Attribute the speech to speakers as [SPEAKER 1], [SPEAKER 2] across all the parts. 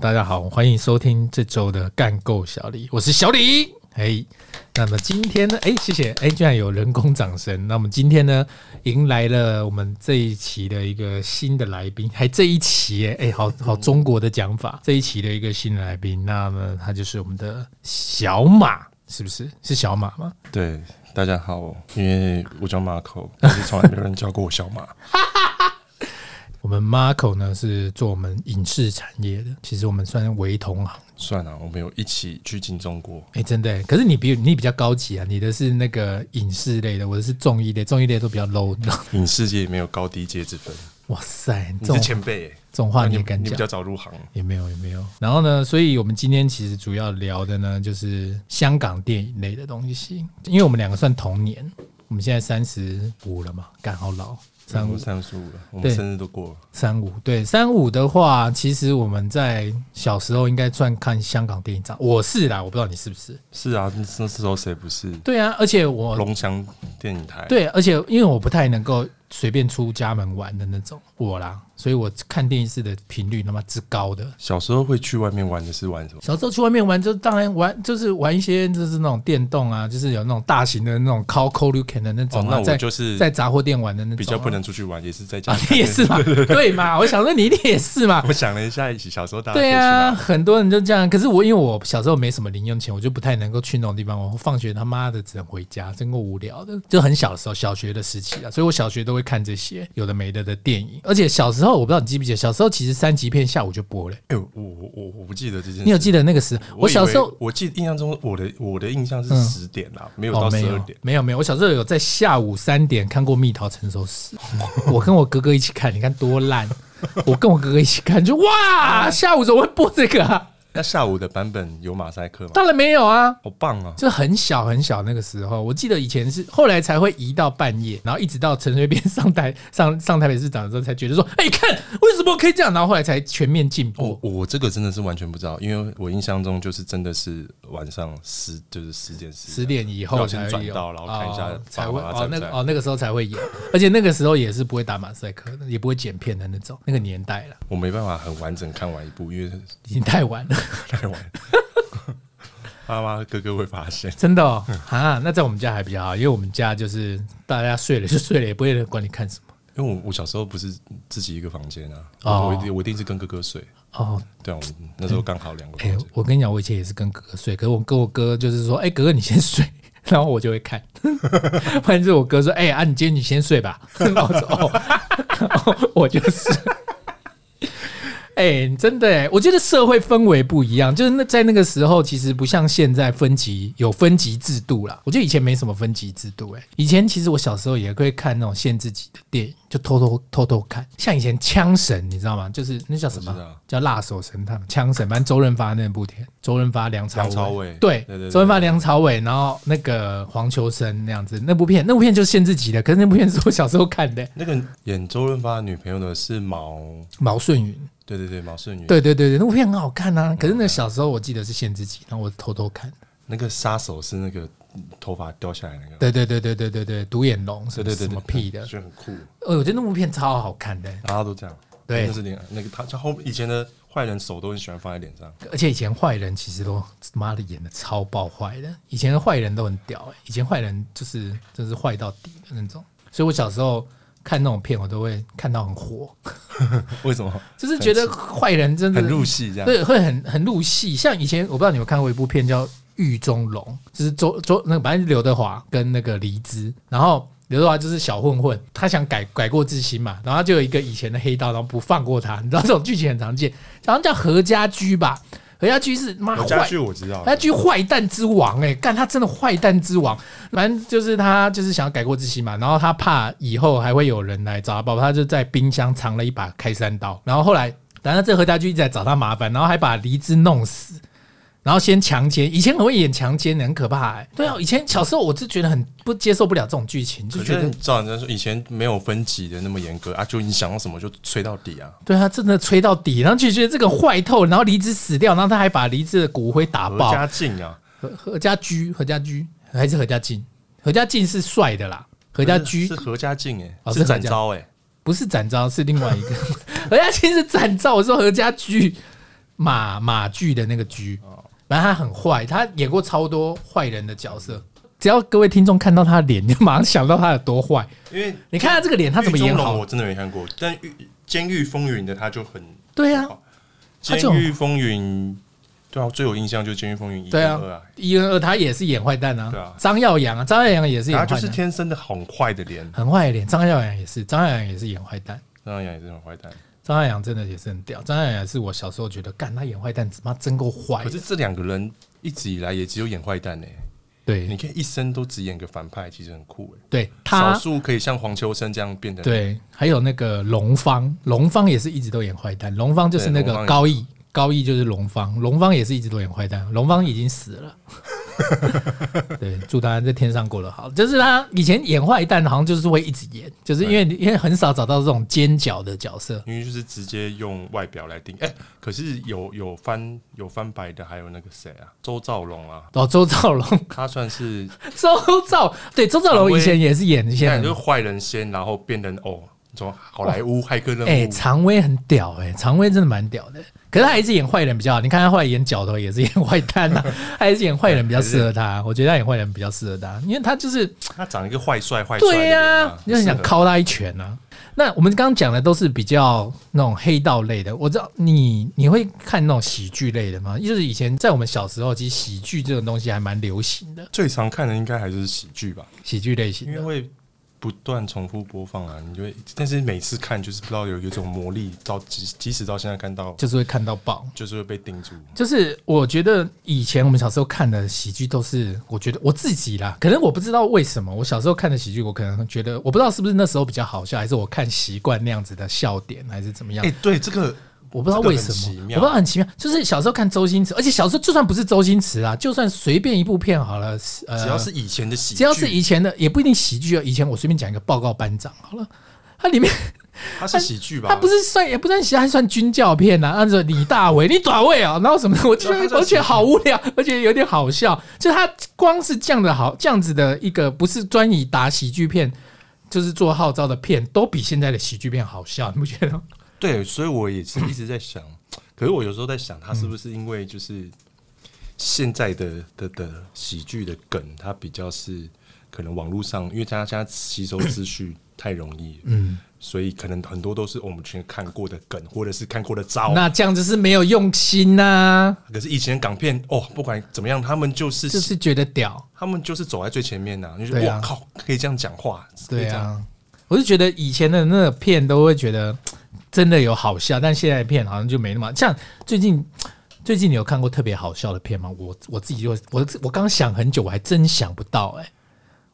[SPEAKER 1] 大家好，欢迎收听这周的干够小李，我是小李。哎，那么今天呢？哎，谢谢，哎，居然有人工掌声。那我们今天呢，迎来了我们这一期的一个新的来宾，还这一期耶，哎，好好中国的讲法，这一期的一个新的来宾，那么他就是我们的小马，是不是？是小马吗？
[SPEAKER 2] 对，大家好，因为我叫 Marco，但是从来没有人叫过我小马。
[SPEAKER 1] 我们 Marco 呢是做我们影视产业的，其实我们算为同行。
[SPEAKER 2] 算了，我们有一起去进中国。
[SPEAKER 1] 哎、真的耶，可是你比你比较高级啊，你的是那个影视类的，我的是综艺类，综艺类都比较 low 你知道吗。
[SPEAKER 2] 影视界没有高低阶之分，
[SPEAKER 1] 哇塞，这
[SPEAKER 2] 你是
[SPEAKER 1] 种
[SPEAKER 2] 前辈、欸，
[SPEAKER 1] 这种话你
[SPEAKER 2] 你
[SPEAKER 1] 也敢
[SPEAKER 2] 你比
[SPEAKER 1] 讲
[SPEAKER 2] 较？早入行。
[SPEAKER 1] 也没有，也没有。然后呢，所以我们今天其实主要聊的呢，就是香港电影类的东西，因为我们两个算同年，我们现在三十五了嘛，干好老，三五
[SPEAKER 2] 我三十五了，我们
[SPEAKER 1] 对
[SPEAKER 2] 生日都过了。
[SPEAKER 1] 三五对三五的话，其实我们在小时候应该算看香港电影长，我是啦，我不知道你是不是。
[SPEAKER 2] 是啊，那那时候谁不是？
[SPEAKER 1] 对啊，而且我
[SPEAKER 2] 龙翔电影台，
[SPEAKER 1] 对，而且因为我不太能够随便出家门玩的那种我啦，所以我看电视的频率他妈之高的。
[SPEAKER 2] 小时候会去外面玩的是玩什么？
[SPEAKER 1] 小时候去外面玩，就当然玩，就是玩一些就是那种电动啊，就是有那种大型的那种 call call you can 的那
[SPEAKER 2] 哦
[SPEAKER 1] 种、，啊
[SPEAKER 2] 那我
[SPEAKER 1] 在
[SPEAKER 2] 就是
[SPEAKER 1] 在杂货店玩的那种、
[SPEAKER 2] 比较不。能出去玩，也是在家
[SPEAKER 1] 啊
[SPEAKER 2] 里，看
[SPEAKER 1] 你也
[SPEAKER 2] 电视
[SPEAKER 1] 是。嘛， 对嘛？我想说你一定也是嘛。
[SPEAKER 2] 我想了一下，一起小时候大家可以
[SPEAKER 1] 对
[SPEAKER 2] 去
[SPEAKER 1] 啊，
[SPEAKER 2] 哪？
[SPEAKER 1] 很多人就这样。可是我因为我小时候没什么零用钱，我就不太能够去那种地方。我放学他妈的只能回家，真够无聊的。就很小的时候，小学的时期啊，所以我小学都会看这些有的没的的电影。而且小时候我不知道你记不记得，小时候其实三级片下午就播了、
[SPEAKER 2] 哎、我我我我不记得这件事。
[SPEAKER 1] 你有记得那个时？
[SPEAKER 2] 我
[SPEAKER 1] 我
[SPEAKER 2] 以
[SPEAKER 1] 小时
[SPEAKER 2] 为
[SPEAKER 1] 候。
[SPEAKER 2] 我记印象中我的我的印象是
[SPEAKER 1] 嗯
[SPEAKER 2] 十点啦，没有
[SPEAKER 1] 哦，
[SPEAKER 2] 到
[SPEAKER 1] 没
[SPEAKER 2] 十二
[SPEAKER 1] 有
[SPEAKER 2] 点，。
[SPEAKER 1] 没有，没有。我小时候有在下午三点看过《蜜桃成熟时》 ，我跟我哥哥一起看，你看多烂。我跟我哥哥一起看，就哇，下午怎么会播这个啊？
[SPEAKER 2] 那下午的版本有马赛克吗？
[SPEAKER 1] 当然没有啊，
[SPEAKER 2] 好棒啊！
[SPEAKER 1] 就很小很小那个时候，我记得以前是后来才会移到半夜，然后一直到陈水扁上台上上台北市长的时候才觉得说，哎、看为什么可以这样，然后后来才全面进步。
[SPEAKER 2] 我我这个真的是完全不知道，因为我印象中就是真的是晚上十就是十点十
[SPEAKER 1] 十点以后
[SPEAKER 2] 要先
[SPEAKER 1] 才会
[SPEAKER 2] 转
[SPEAKER 1] 有
[SPEAKER 2] 到然后看一下
[SPEAKER 1] 哦才会
[SPEAKER 2] 爸爸
[SPEAKER 1] 哦
[SPEAKER 2] 在，不
[SPEAKER 1] 那个
[SPEAKER 2] 在
[SPEAKER 1] 哦那个时候才会有，而且那个时候也是不会打马赛克，也不会剪片的那种，那个年代了，
[SPEAKER 2] 我没办法很完整看完一部，因为
[SPEAKER 1] 已经太晚了，
[SPEAKER 2] 太晚，爸妈哥哥会发现。
[SPEAKER 1] 真的
[SPEAKER 2] 嗯
[SPEAKER 1] 哦啊！那在我们家还比较好，因为我们家就是大家睡了就睡了，也不会管你看什么
[SPEAKER 2] 因为我我小时候不是自己一个房间啊，
[SPEAKER 1] 哦
[SPEAKER 2] 我一定我一定是跟哥哥睡。
[SPEAKER 1] 哦。
[SPEAKER 2] 对啊，我们那时候刚好两个
[SPEAKER 1] 哎、
[SPEAKER 2] 房间。
[SPEAKER 1] 我跟你讲，我以前也是跟哥哥睡，可是我跟我哥就是说，哎、哥哥你先睡， 然后我就会看。 反正我哥说，哎、啊，你今天你先睡吧。 然后我说，哦，然后 我就是。哎、真的哎、我觉得社会氛围不一样，就是那在那个时候，其实不像现在分级有分级制度啦。我觉得以前没什么分级制度、哎，以前其实我小时候也会看那种限制级的电影，就偷偷偷偷看，像以前《枪神》，你知道吗？就是那叫什么
[SPEAKER 2] 我知道？
[SPEAKER 1] 叫《辣手神探》《枪神》，反正周润发那部片，周润发、梁朝
[SPEAKER 2] 梁朝伟
[SPEAKER 1] 对，
[SPEAKER 2] 对对对
[SPEAKER 1] 周润发、梁朝伟，然后那个黄秋生那样子，那部片，那部片就是限制级的，可是那部片是我小时候看的、
[SPEAKER 2] 那个演周润发的女朋友的是毛，
[SPEAKER 1] 毛舜筠。
[SPEAKER 2] 对对对，毛舜筠。
[SPEAKER 1] 对对对对，那部片很好看啊。可是
[SPEAKER 2] 嗯
[SPEAKER 1] 那个小时候我记得是限制级，然后我偷偷看。
[SPEAKER 2] 那个杀手是那个头发掉下来那个，
[SPEAKER 1] 对对对对对对对，独眼龙什
[SPEAKER 2] 对
[SPEAKER 1] 么
[SPEAKER 2] 对对，
[SPEAKER 1] 什么
[SPEAKER 2] 对
[SPEAKER 1] 屁的，
[SPEAKER 2] 就很酷，
[SPEAKER 1] 呃，我觉得那部片超好看的，
[SPEAKER 2] 大家都这样。
[SPEAKER 1] 对
[SPEAKER 2] 那是脸，那个他他后以前的坏人手都很喜欢放在脸 上，
[SPEAKER 1] 而且以前坏人其实都妈的演的超爆坏的，以前的坏人都很屌、欸，以前坏人就是真是坏到底的那种。所以我小时候看那种片，我都会看到很火，
[SPEAKER 2] 为什么？
[SPEAKER 1] 就是觉得坏人真的
[SPEAKER 2] 很入戏这样。
[SPEAKER 1] 对，会很很入戏。像以前我不知道你有看过一部片叫《狱中龙》，就是周周那个反正刘德华跟那个黎姿，然后刘德华就是小混混，他想改改过自新嘛，然后就有一个以前的黑道，然后不放过他，你知道这种剧情很常见，好像叫何家驹吧。何家驹是妈
[SPEAKER 2] 我
[SPEAKER 1] 坏
[SPEAKER 2] 家具我知道，
[SPEAKER 1] 他去坏蛋之王哎、干他真的坏蛋之王，反正就是他就是想要改过自新嘛，然后他怕以后还会有人来找他报复，他就在冰箱藏了一把开山刀，然后后来反正这何家驹一直在找他麻烦，然后还把黎姿弄死。然后先强奸，以前很会演强奸的，很可怕、欸。对啊，以前小时候我就觉得很不接受不了这种剧情，就
[SPEAKER 2] 可
[SPEAKER 1] 觉
[SPEAKER 2] 是
[SPEAKER 1] 得
[SPEAKER 2] 你照人家说，以前没有分级的那么严格啊，就你想到什么就吹到底啊。
[SPEAKER 1] 对他真的吹到底，然后就觉得这个坏透，然后黎姿死掉，然后他还把黎姿的骨灰打
[SPEAKER 2] 何
[SPEAKER 1] 爆，
[SPEAKER 2] 家劲啊，
[SPEAKER 1] 何何家驹，何家驹还是何家劲？何家劲是帅的啦，何家驹
[SPEAKER 2] 是是何家劲
[SPEAKER 1] 哦
[SPEAKER 2] 哎，
[SPEAKER 1] 是何
[SPEAKER 2] 是
[SPEAKER 1] 家
[SPEAKER 2] 展昭哎，
[SPEAKER 1] 不是展昭，是另外一个。何家劲是展昭，我说何家驹，马马剧的那个剧，
[SPEAKER 2] 哦
[SPEAKER 1] 反正他很坏，他演过超多坏人的角色。只要各位听众看到他的脸，你就马上想到他有多坏。
[SPEAKER 2] 因为
[SPEAKER 1] 你看他这个脸，他怎么演
[SPEAKER 2] 狱中龙
[SPEAKER 1] 好
[SPEAKER 2] 我？真的没看过，但狱《监狱风云》的他就很
[SPEAKER 1] 对啊，他
[SPEAKER 2] 《
[SPEAKER 1] 这种
[SPEAKER 2] 监狱风云》对啊，最有印象就是《监狱风云》一、
[SPEAKER 1] 对啊
[SPEAKER 2] 二啊，
[SPEAKER 1] 一跟二他也是演坏蛋啊。
[SPEAKER 2] 对啊
[SPEAKER 1] 张耀扬啊，张耀扬也是演
[SPEAKER 2] 他
[SPEAKER 1] 坏
[SPEAKER 2] 就
[SPEAKER 1] 蛋，
[SPEAKER 2] 是天生的很坏的脸，
[SPEAKER 1] 很坏的脸。张耀扬也是，张耀扬也是演坏蛋。
[SPEAKER 2] 张耀扬也是很坏蛋。
[SPEAKER 1] 张耀扬真的也是很屌，张耀扬是我小时候觉得，干他演坏蛋，他妈真够坏
[SPEAKER 2] 可
[SPEAKER 1] 的。
[SPEAKER 2] 是这两个人一直以来也只有演坏蛋呢、你
[SPEAKER 1] 对
[SPEAKER 2] 可以一生都只演个反派，其实很酷哎、
[SPEAKER 1] 对，
[SPEAKER 2] 少
[SPEAKER 1] 他
[SPEAKER 2] 数可以像黄秋生这样变得，
[SPEAKER 1] 对，还有那个龙芳，龙芳也是一直都演坏蛋，龙芳就是那
[SPEAKER 2] 对龙
[SPEAKER 1] 个
[SPEAKER 2] 芳
[SPEAKER 1] 高义，高义就是龙芳，龙芳也是一直都演坏蛋，龙芳已经死 了。对，祝大家在天上过得好。就是他以前演坏蛋，好像就是会一直演，就是因为因为很少找到这种尖角的角色。
[SPEAKER 2] 因为就是直接用外表来定。哎、可是有有翻有翻白的，还有那个谁啊，周兆龙啊，
[SPEAKER 1] 哦，周兆龙，
[SPEAKER 2] 他算是
[SPEAKER 1] 周兆对周兆龙以前也是演一些
[SPEAKER 2] 感
[SPEAKER 1] 很
[SPEAKER 2] 就是坏人先，然后变成哦，从好莱坞骇客任
[SPEAKER 1] 哎、
[SPEAKER 2] 务，
[SPEAKER 1] 常威很屌哎、常威真的蛮屌的。可是他还是演坏人比较好，你看他后来演角头也是演坏蛋 啊，他还是演坏人比较适合他。我觉得他演坏人比较适合他，因为他就是
[SPEAKER 2] 他长了一个坏帅坏帅的
[SPEAKER 1] 对
[SPEAKER 2] 脸
[SPEAKER 1] 呀、
[SPEAKER 2] 啊，
[SPEAKER 1] 你就很想
[SPEAKER 2] 适合
[SPEAKER 1] 敲他一拳啊。那我们刚刚讲的都是比较那种黑道类的，我知道你你会看那种喜剧类的吗？就是以前在我们小时候，其实喜剧这种东西还蛮流行的，
[SPEAKER 2] 最常看的应该还是喜剧吧，
[SPEAKER 1] 喜剧类型
[SPEAKER 2] 因
[SPEAKER 1] 的。
[SPEAKER 2] 为会不断重复播放啊，你就会，但是每次看就是不知道有一种魔力，到即即使到现在看到，
[SPEAKER 1] 就是会看到爆，
[SPEAKER 2] 就是会被定住。
[SPEAKER 1] 就是我觉得以前我们小时候看的喜剧都是，我觉得我自己啦，可能我不知道为什么我小时候看的喜剧，我可能觉得我不知道是不是那时候比较好笑，还是我看习惯那样子的笑点，还是怎么样
[SPEAKER 2] 哎、，对这个
[SPEAKER 1] 我不知道为什
[SPEAKER 2] 这个很奇
[SPEAKER 1] 么，我
[SPEAKER 2] 妙
[SPEAKER 1] 不知道很奇妙，就是小时候看周星驰，而且小时候就算不是周星驰啊，就算随便一部片好了，呃，
[SPEAKER 2] 只要是以前的喜剧，
[SPEAKER 1] 只要是以前的，也不一定喜剧啊，以前我随便讲一个报告班长好了，它里面
[SPEAKER 2] 它是喜剧吧，
[SPEAKER 1] 他不是算也不算喜，他算军教片啊。按照李大为，你短位啊，然后什么的，我就
[SPEAKER 2] 对他
[SPEAKER 1] 得
[SPEAKER 2] 算
[SPEAKER 1] 我觉
[SPEAKER 2] 喜剧
[SPEAKER 1] 得好无聊，而且有点好笑。就他光是这样的好这样子的一个不是专以打喜剧片，就是做号召的片，都比现在的喜剧片好笑，你不觉得吗？
[SPEAKER 2] 对，所以我也是一直在想，可是我有时候在想，他是不是因为就是现在的的的喜剧的梗，它比较是可能网络上，因为大家现在吸收资讯太容易，嗯，所以可能很多都是我们之前看过的梗，或者是看过的招。
[SPEAKER 1] 那这样就是没有用心呐、
[SPEAKER 2] 可是以前港片哦，不管怎么样，他们就是、
[SPEAKER 1] 就是觉得屌。
[SPEAKER 2] 他们就是走在最前面呐、啊，就是
[SPEAKER 1] 对
[SPEAKER 2] 我、
[SPEAKER 1] 啊
[SPEAKER 2] 靠，可以这样讲话，可以
[SPEAKER 1] 对
[SPEAKER 2] 这样
[SPEAKER 1] 啊，我就觉得以前的那个片都会觉得真的有好笑，但现在的片好像就没那么好像最近。最近你有看过特别好笑的片吗？我我自己就我我刚想很久，我还真想不到哎、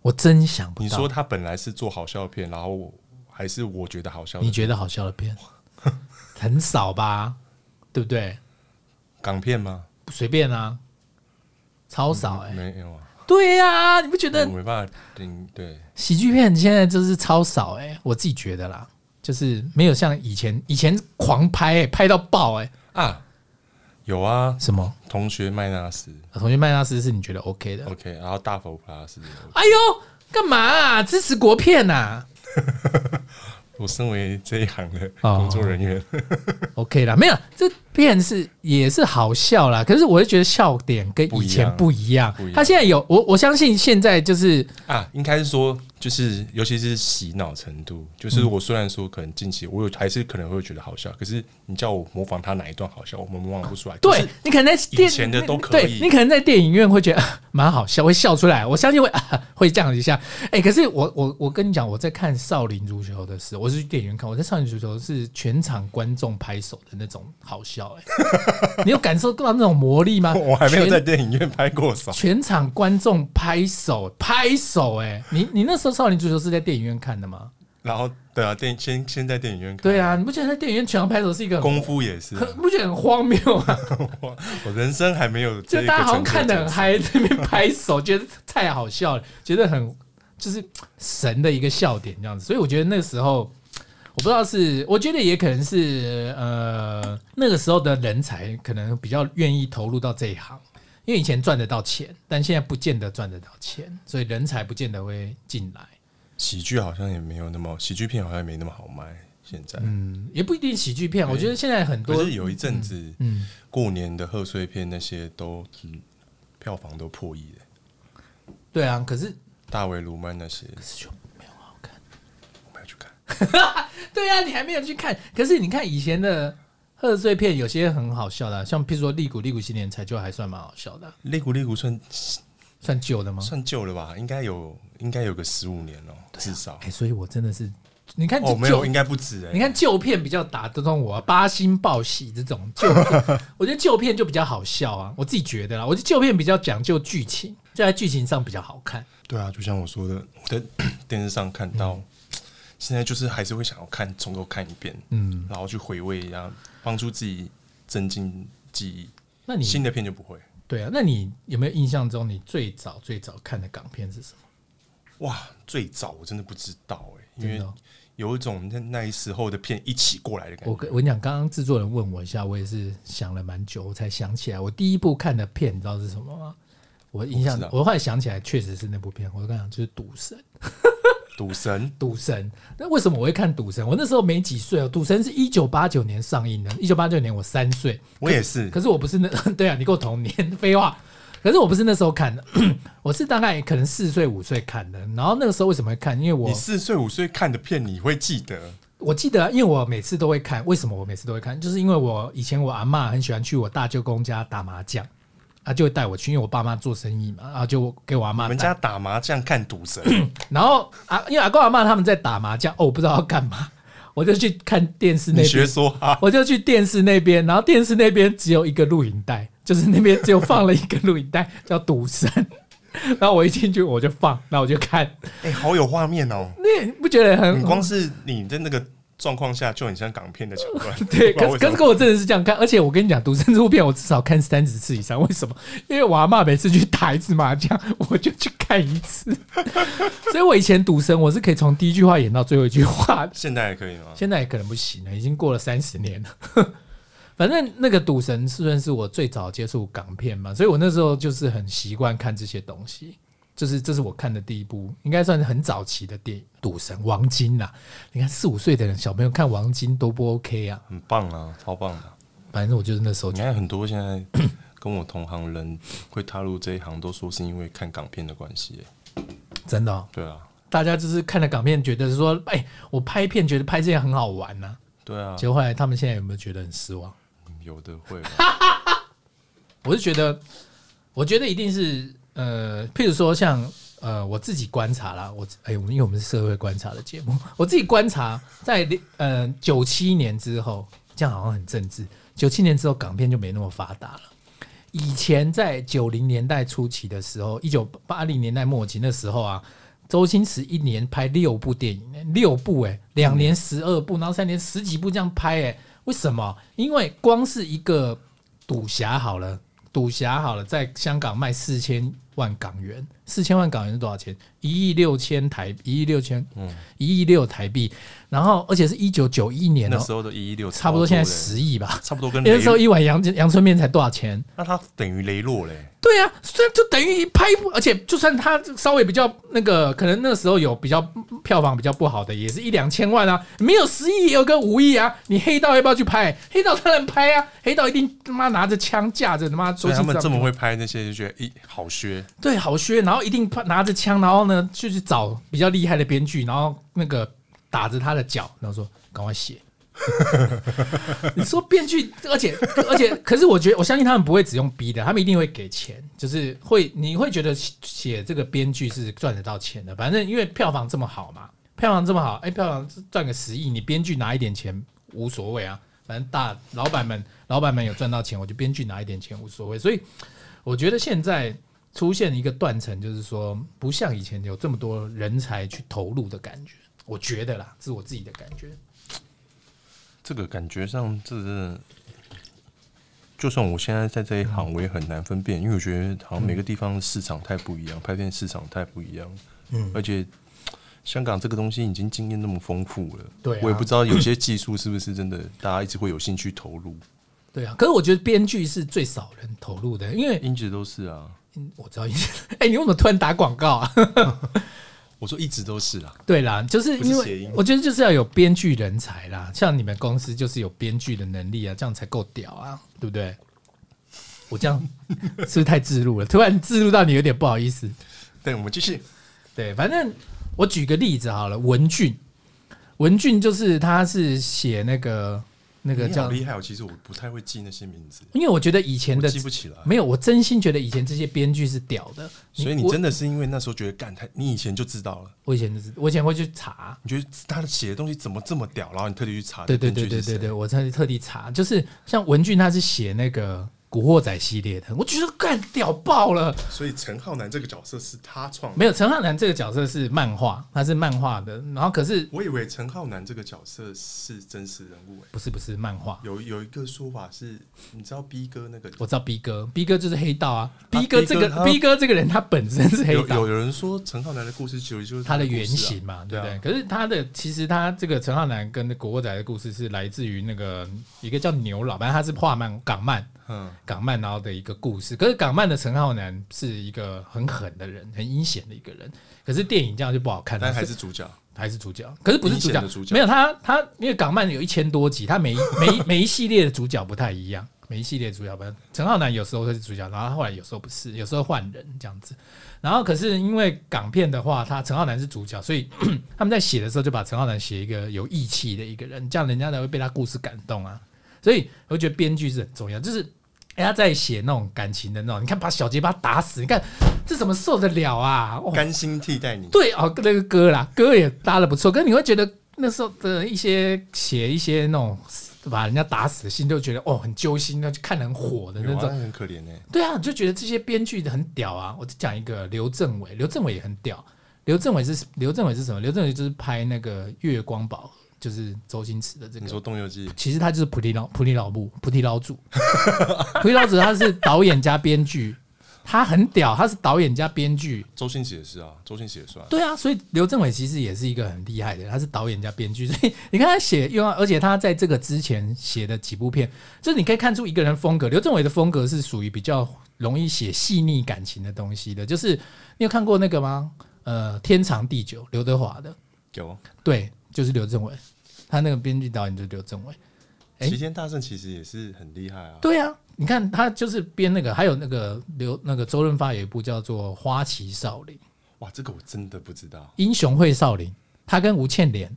[SPEAKER 1] 我真想不到。
[SPEAKER 2] 你说他本来是做好笑的片，然后我还是我觉得好笑
[SPEAKER 1] 你
[SPEAKER 2] 的
[SPEAKER 1] 觉得好笑的片 很少吧？对不对？
[SPEAKER 2] 港片吗？
[SPEAKER 1] 随便啊，超少哎、
[SPEAKER 2] 没有啊，
[SPEAKER 1] 对呀、你不觉得
[SPEAKER 2] 我没办法定对。
[SPEAKER 1] 喜剧片现在就是超少哎、我自己觉得啦，就是没有像以前以前狂拍哎、拍到爆哎、
[SPEAKER 2] 啊，有啊，
[SPEAKER 1] 什么？
[SPEAKER 2] 同学麦纳斯
[SPEAKER 1] 呃同学麦纳斯是你觉得 OK 的？
[SPEAKER 2] ，OK，然后大佛普拉斯，
[SPEAKER 1] 哎呦，干嘛、啊、支持国片呐、
[SPEAKER 2] 我身为这一行的
[SPEAKER 1] 哦
[SPEAKER 2] 工作人员，
[SPEAKER 1] OK 啦，没有这片是也是好笑啦，可是我就觉得笑点跟以前不一样。
[SPEAKER 2] 不一样
[SPEAKER 1] 他现在有我，我相信现在就是
[SPEAKER 2] 啊，应该是说，就是尤其是洗脑程度，就是我虽然说可能近期我有还是可能会觉得好笑，可是你叫我模仿他哪一段好笑，我们模仿不出来。可
[SPEAKER 1] 对
[SPEAKER 2] 是
[SPEAKER 1] 你可能在电
[SPEAKER 2] 以前的都可以
[SPEAKER 1] 对你可能在电影院会觉得啊蛮、好笑，会笑出来。我相信会、啊、会这样一下。哎、可是我我我跟你讲，我在看《少林足球》的时候，我是去电影院看，我在《少林足球》是全场观众拍手的那种好笑、 哎，你有感受到那种魔力吗？
[SPEAKER 2] 我还没有
[SPEAKER 1] 啊全
[SPEAKER 2] 在电影院拍过手，
[SPEAKER 1] 全场观众拍手拍手、哎，你你那时候《少林足球》是在电影院看的吗？
[SPEAKER 2] 然后对啊，电先先在电影院看，
[SPEAKER 1] 对，啊，你不觉得在电影院全场拍手是一个很
[SPEAKER 2] 功夫也是啊，
[SPEAKER 1] 很不觉得很荒谬吗？
[SPEAKER 2] 我我人生还没有这
[SPEAKER 1] 就
[SPEAKER 2] 个
[SPEAKER 1] 大家好像
[SPEAKER 2] 成就
[SPEAKER 1] 看得很
[SPEAKER 2] 感
[SPEAKER 1] 嗨，在那边拍手， 觉得太好笑了，觉得很就是神的一个笑点这样子。所以我觉得那个时候，我不知道是，我觉得也可能是呃那个时候的人才可能比较愿意投入到这一行，因为以前赚得到钱，但现在不见得赚得到钱，所以人才不见得会进来。
[SPEAKER 2] 喜剧好像也没有那么，喜剧片好像也没那么好卖。现在，
[SPEAKER 1] 嗯，也不一定喜剧片，
[SPEAKER 2] 对
[SPEAKER 1] 我觉得现在很
[SPEAKER 2] 可
[SPEAKER 1] 多
[SPEAKER 2] 是，有一阵子
[SPEAKER 1] 嗯，
[SPEAKER 2] 过年的贺岁片那些都嗯票房都破亿的，
[SPEAKER 1] 对啊，可是
[SPEAKER 2] 大卫卢曼那些
[SPEAKER 1] 就没有好看。
[SPEAKER 2] 我没有去看，
[SPEAKER 1] 对啊，你还没有去看，可是你看以前的贺岁片，有些很好笑的啊、像譬如说《利古利古新年才》就还算蛮好笑的啊、
[SPEAKER 2] 《肋骨肋骨》算
[SPEAKER 1] 算旧的吗？
[SPEAKER 2] 算旧了吧？应该有应该有个十五年了，至少
[SPEAKER 1] 哎、所以我真的是，你看这
[SPEAKER 2] 哦，没
[SPEAKER 1] 旧
[SPEAKER 2] 有，应该不止哎。
[SPEAKER 1] 你看旧片比较打得动我、啊，八星报喜这种旧 片，我觉得旧片就比较好笑啊，我自己觉得啦，我觉得旧片比较讲究剧情，就在剧情上比较好看。
[SPEAKER 2] 对啊，就像我说的，我在 电视上看到，现在就是还是会想要看，从头看一遍，
[SPEAKER 1] 嗯，
[SPEAKER 2] 然后去回味一下，帮助自己增进记忆。
[SPEAKER 1] 那你
[SPEAKER 2] 新的片就不会。
[SPEAKER 1] 对啊，那你有没有印象中你最早最早看的港片是什么？
[SPEAKER 2] 哇，最早我真的不知道哎、因
[SPEAKER 1] 真的
[SPEAKER 2] 为
[SPEAKER 1] 哦
[SPEAKER 2] 有一种那那时候的片一起过来的感
[SPEAKER 1] 我
[SPEAKER 2] 觉。
[SPEAKER 1] 跟我跟你讲，刚刚制作人问我一下，我也是想了蛮久，我才想起来，我第一部看的片，你知道是什么吗？我印象
[SPEAKER 2] 我不知道，
[SPEAKER 1] 我后来想起来，确实是那部片。我跟你讲，就是《赌神》。
[SPEAKER 2] 赌神
[SPEAKER 1] 赌神。那为什么我会看赌神？我那时候没几岁哦，赌神是一九八九年上映的，一九八九年我三岁，
[SPEAKER 2] 我也是
[SPEAKER 1] 可，是我不是那 对啊，你跟我同年， 废话。可是我不是那时候看的， 我是大概可能四岁五岁看的。然后那个时候为什么会看？因为我
[SPEAKER 2] 你四岁五岁看的片你会记得
[SPEAKER 1] 我记得，因为我每次都会看。为什么我每次都会看？就是因为我以前我阿嬷很喜欢去我大舅公家打麻将，啊，就会带我去，因为我爸妈做生意嘛，然后就我给我阿
[SPEAKER 2] 你
[SPEAKER 1] 妈
[SPEAKER 2] 们家打麻将看赌神，
[SPEAKER 1] 然后啊，因为阿公阿妈他们在打麻将，哦，我不知道要干嘛， 我就去看电视那边
[SPEAKER 2] 你学说哈，
[SPEAKER 1] 我就去电视那边，然后电视那边只有一个录影带，就是那边只有放了一个录影带叫《赌神》， 然后我一进去我就放，然后我就看，
[SPEAKER 2] 哎、好有画面哦、
[SPEAKER 1] 你不觉得很，
[SPEAKER 2] 你光是你在那个状况下就很像港片的桥段
[SPEAKER 1] 对，
[SPEAKER 2] 不知道
[SPEAKER 1] 可是
[SPEAKER 2] 为什
[SPEAKER 1] 可
[SPEAKER 2] 么
[SPEAKER 1] 是跟我真的是这样看，而且我跟你讲，《赌神》这部片我至少看三十次以上，为什么？因为我阿嬷每次去打一次麻将，我就去看一 次，所以我以前《赌神》我是可以从第一句话演到最后一句话的。
[SPEAKER 2] 现在还可以吗？
[SPEAKER 1] 现在也可能不行了，已经过了三十年了。 反正那个《赌神》是算是我最早接触港片嘛，所以我那时候就是很习惯看这些东西。就是这是我看的第一部，应该算是很早期的电影《赌神》王晶啦。你看四五岁的人小朋友看王晶多不 OK 啊！
[SPEAKER 2] 很棒啊，超棒的、
[SPEAKER 1] 反正我就是那时候
[SPEAKER 2] 你
[SPEAKER 1] 就
[SPEAKER 2] 看很多 现在跟我同行人会踏入这一行，都说是因为看港片的关系耶。
[SPEAKER 1] 真的、哦，
[SPEAKER 2] 对啊，
[SPEAKER 1] 大家就是看了港片，觉得说，哎、我拍片觉得拍这样很好玩呐、
[SPEAKER 2] 对啊，
[SPEAKER 1] 结果后来他们现在有没有觉得很失望？
[SPEAKER 2] 有的会
[SPEAKER 1] 哎
[SPEAKER 2] 吧。
[SPEAKER 1] 我是觉得，我觉得一定是呃，譬如说像呃，我自己观察啦，我哎，我们因为我们是社会观察的节目， 我自己观察在呃九七年之后，这样好像很政治。九七年之后，港片就没那么发达了。以前在九零年代初期的时候，一九八零年代末期那时候啊，周星驰一年拍六部电影，六部哎、两年十二部，然后三年十几部这样拍哎、为什么？因为光是一个赌侠好了，赌侠好了，在香港卖四千万港元，四千万港元是多少钱？一亿六千台，一亿六千，一亿六台币。然后，而且是一九九一年
[SPEAKER 2] 那
[SPEAKER 1] 哦、
[SPEAKER 2] 时候的一一六
[SPEAKER 1] 差不多现在
[SPEAKER 2] 十，
[SPEAKER 1] 十亿吧。
[SPEAKER 2] 差不多跟
[SPEAKER 1] 因为
[SPEAKER 2] 雷
[SPEAKER 1] 那时候一碗阳阳春面才多少钱？
[SPEAKER 2] 那他等于雷洛嘞。
[SPEAKER 1] 对呀、啊，虽然就等于拍一部，而且就算他稍微比较那个，可能那时候有比较嗯票房比较不好的，也是一两千万啊，没有十亿也有个五亿啊。你黑道要不要去拍？黑道当然拍啊，黑道一定他妈拿着枪架着他妈周
[SPEAKER 2] 所以
[SPEAKER 1] 星
[SPEAKER 2] 他
[SPEAKER 1] 驰
[SPEAKER 2] 们
[SPEAKER 1] 他
[SPEAKER 2] 这
[SPEAKER 1] 们
[SPEAKER 2] 么会拍那些，就觉得咦，好削。
[SPEAKER 1] 对好削，然后一定拿着枪，然后呢就去找比较厉害的编剧，然后那个打着他的脚，然后说赶快写。 你说编剧，而且而且，可是我觉得我相信他们不会只用逼的，他们一定会给钱，就是会你会觉得写这个编剧是赚得到钱的，反正因为票房这么好嘛，票房这么好，哎、票房赚个十亿，你编剧拿一点钱无所谓啊，反正大老板们老板们有赚到钱，我就编剧拿一点钱无所谓，所以我觉得现在出现一个断层，就是说不像以前有这么多人才去投入的感觉，我觉得啦，是我自己的感觉。
[SPEAKER 2] 这个感觉上，这是就算我现在在这一行，我也很难分辨，因为我觉得好像每个地方的市场太不一样，拍片市场太不一样。
[SPEAKER 1] 嗯
[SPEAKER 2] 而且香港这个东西已经经验那么丰富了，
[SPEAKER 1] 对啊
[SPEAKER 2] 我也不知道有些技术是不是真的，大家一直会有兴趣 投入，
[SPEAKER 1] 对啊，可是我觉得编剧是最少人投入的，因为
[SPEAKER 2] 音质都是啊。
[SPEAKER 1] 嗯我知道，哎、你为什么突然打广告啊？
[SPEAKER 2] 我说一直都是啦，
[SPEAKER 1] 对啦，就是因
[SPEAKER 2] 不是谐
[SPEAKER 1] 为
[SPEAKER 2] 音
[SPEAKER 1] 我觉得就是要有编剧人才啦，像你们公司就是有编剧的能力啊，这样才够屌啊，对不对？我这样是不是太自入了？突然自入到你有点不好意思。
[SPEAKER 2] 对，我们继续。
[SPEAKER 1] 对，反正我举个例子好了，文俊，文俊就是他是写那个那个
[SPEAKER 2] 你好
[SPEAKER 1] 叫，
[SPEAKER 2] 厉害哦，其实我不太会记那些名字，
[SPEAKER 1] 因为我觉得以前
[SPEAKER 2] 我
[SPEAKER 1] 的
[SPEAKER 2] 记不起来。
[SPEAKER 1] 没有，我真心觉得以前这些编剧是屌的，
[SPEAKER 2] 所以你
[SPEAKER 1] 我
[SPEAKER 2] 真的是因为那时候觉得干他，你以前就知道了，
[SPEAKER 1] 我以前就是我以前会去查，
[SPEAKER 2] 你觉得他写的东西怎么这么屌，然后你特地去查。
[SPEAKER 1] 对对对对对对，，我特地特地查，就是像文俊他是写那个《古惑仔》系列的，我觉得干屌爆了。
[SPEAKER 2] 所以陈浩南这个角色是他创的。
[SPEAKER 1] 没有陈浩南这个角色是漫画，他是漫画的，然后可是
[SPEAKER 2] 我以为陈浩南这个角色是真实人物、欸，
[SPEAKER 1] 不是不是漫画，
[SPEAKER 2] 有有一个说法是，你知道 B 哥那个
[SPEAKER 1] 我知道逼哥，逼哥就是黑道啊，逼哥
[SPEAKER 2] B
[SPEAKER 1] 这个
[SPEAKER 2] 哥他
[SPEAKER 1] 逼哥这个人他本身是黑
[SPEAKER 2] 有有
[SPEAKER 1] 道。
[SPEAKER 2] 有人说陈浩南的故事其实就是
[SPEAKER 1] 他的
[SPEAKER 2] 这个
[SPEAKER 1] 原
[SPEAKER 2] 故事啊
[SPEAKER 1] 型嘛，对不对？
[SPEAKER 2] 啊
[SPEAKER 1] 可是他的其实他这个陈浩南跟《古惑仔》的故事是来自于那个一个叫牛老，反正他是画漫港漫，
[SPEAKER 2] 嗯，
[SPEAKER 1] 港漫然后的一个故事。可是港漫的陈浩南是一个很狠的人，很阴险的一个人。可是电影这样就不好看了，
[SPEAKER 2] 但还是主角。
[SPEAKER 1] 还是主角，可是不是主
[SPEAKER 2] 阴
[SPEAKER 1] 角
[SPEAKER 2] 险，的主角
[SPEAKER 1] 没有他他因为港漫有一千多集，他每一 每一每一系列的主角不太一样， 每一系列的主角不太陈浩南有时候会是主角，然后他后来有时候不是，有时候换人这样子。然后可是因为港片的话，他陈浩南是主角，所以 他们在写的时候就把陈浩南写一个有义气的一个人，这样人家才会被他故事感动啊。所以我觉得编剧是很重要，就是。哎他在写那种感情的那种，你看把小结巴打死，你看这怎么受得了啊？哇
[SPEAKER 2] 甘心替代你，
[SPEAKER 1] 对哦，那个歌啦，歌也搭的不错，可是你会觉得那时候的一些写一些那种把人家打死的信，就觉得哦很揪心，那就看得很火的那
[SPEAKER 2] 有啊
[SPEAKER 1] 种。
[SPEAKER 2] 很可怜哎。
[SPEAKER 1] 对啊，你就觉得这些编剧很屌啊！我就讲一个刘政委，刘政委也很屌。刘政委是刘政委是什么？刘政委就是拍那个《月光宝盒》，就是周星驰的这个。
[SPEAKER 2] 你说《东游记》
[SPEAKER 1] 其实他就是菩提老菩提老 母菩提老祖，菩提老祖他是导演加编剧，他很屌，他是导演加编剧，
[SPEAKER 2] 周星驰也是啊，周星驰也算啊。
[SPEAKER 1] 对啊，所以刘镇伟其实也是一个很厉害的人，他是导演加编剧，所 以你看他写用，而且他在这个之前写的几部片，就是你可以看出一个人风格。刘镇伟的风格是属于比较容易写细腻感情的东西的，就是你有看过那个吗？呃，天长地久，刘德华的，
[SPEAKER 2] 有
[SPEAKER 1] 对，就是刘镇伟，他那个编剧导演就是刘镇伟。哎
[SPEAKER 2] 《齐天大圣》其实也是很厉害啊。
[SPEAKER 1] 对啊，你看他就是编那个，还有那个刘那个周润发有一部叫做《花旗少林》。
[SPEAKER 2] 哇，这个我真的不知道
[SPEAKER 1] 英雄会少林，他跟吴倩莲，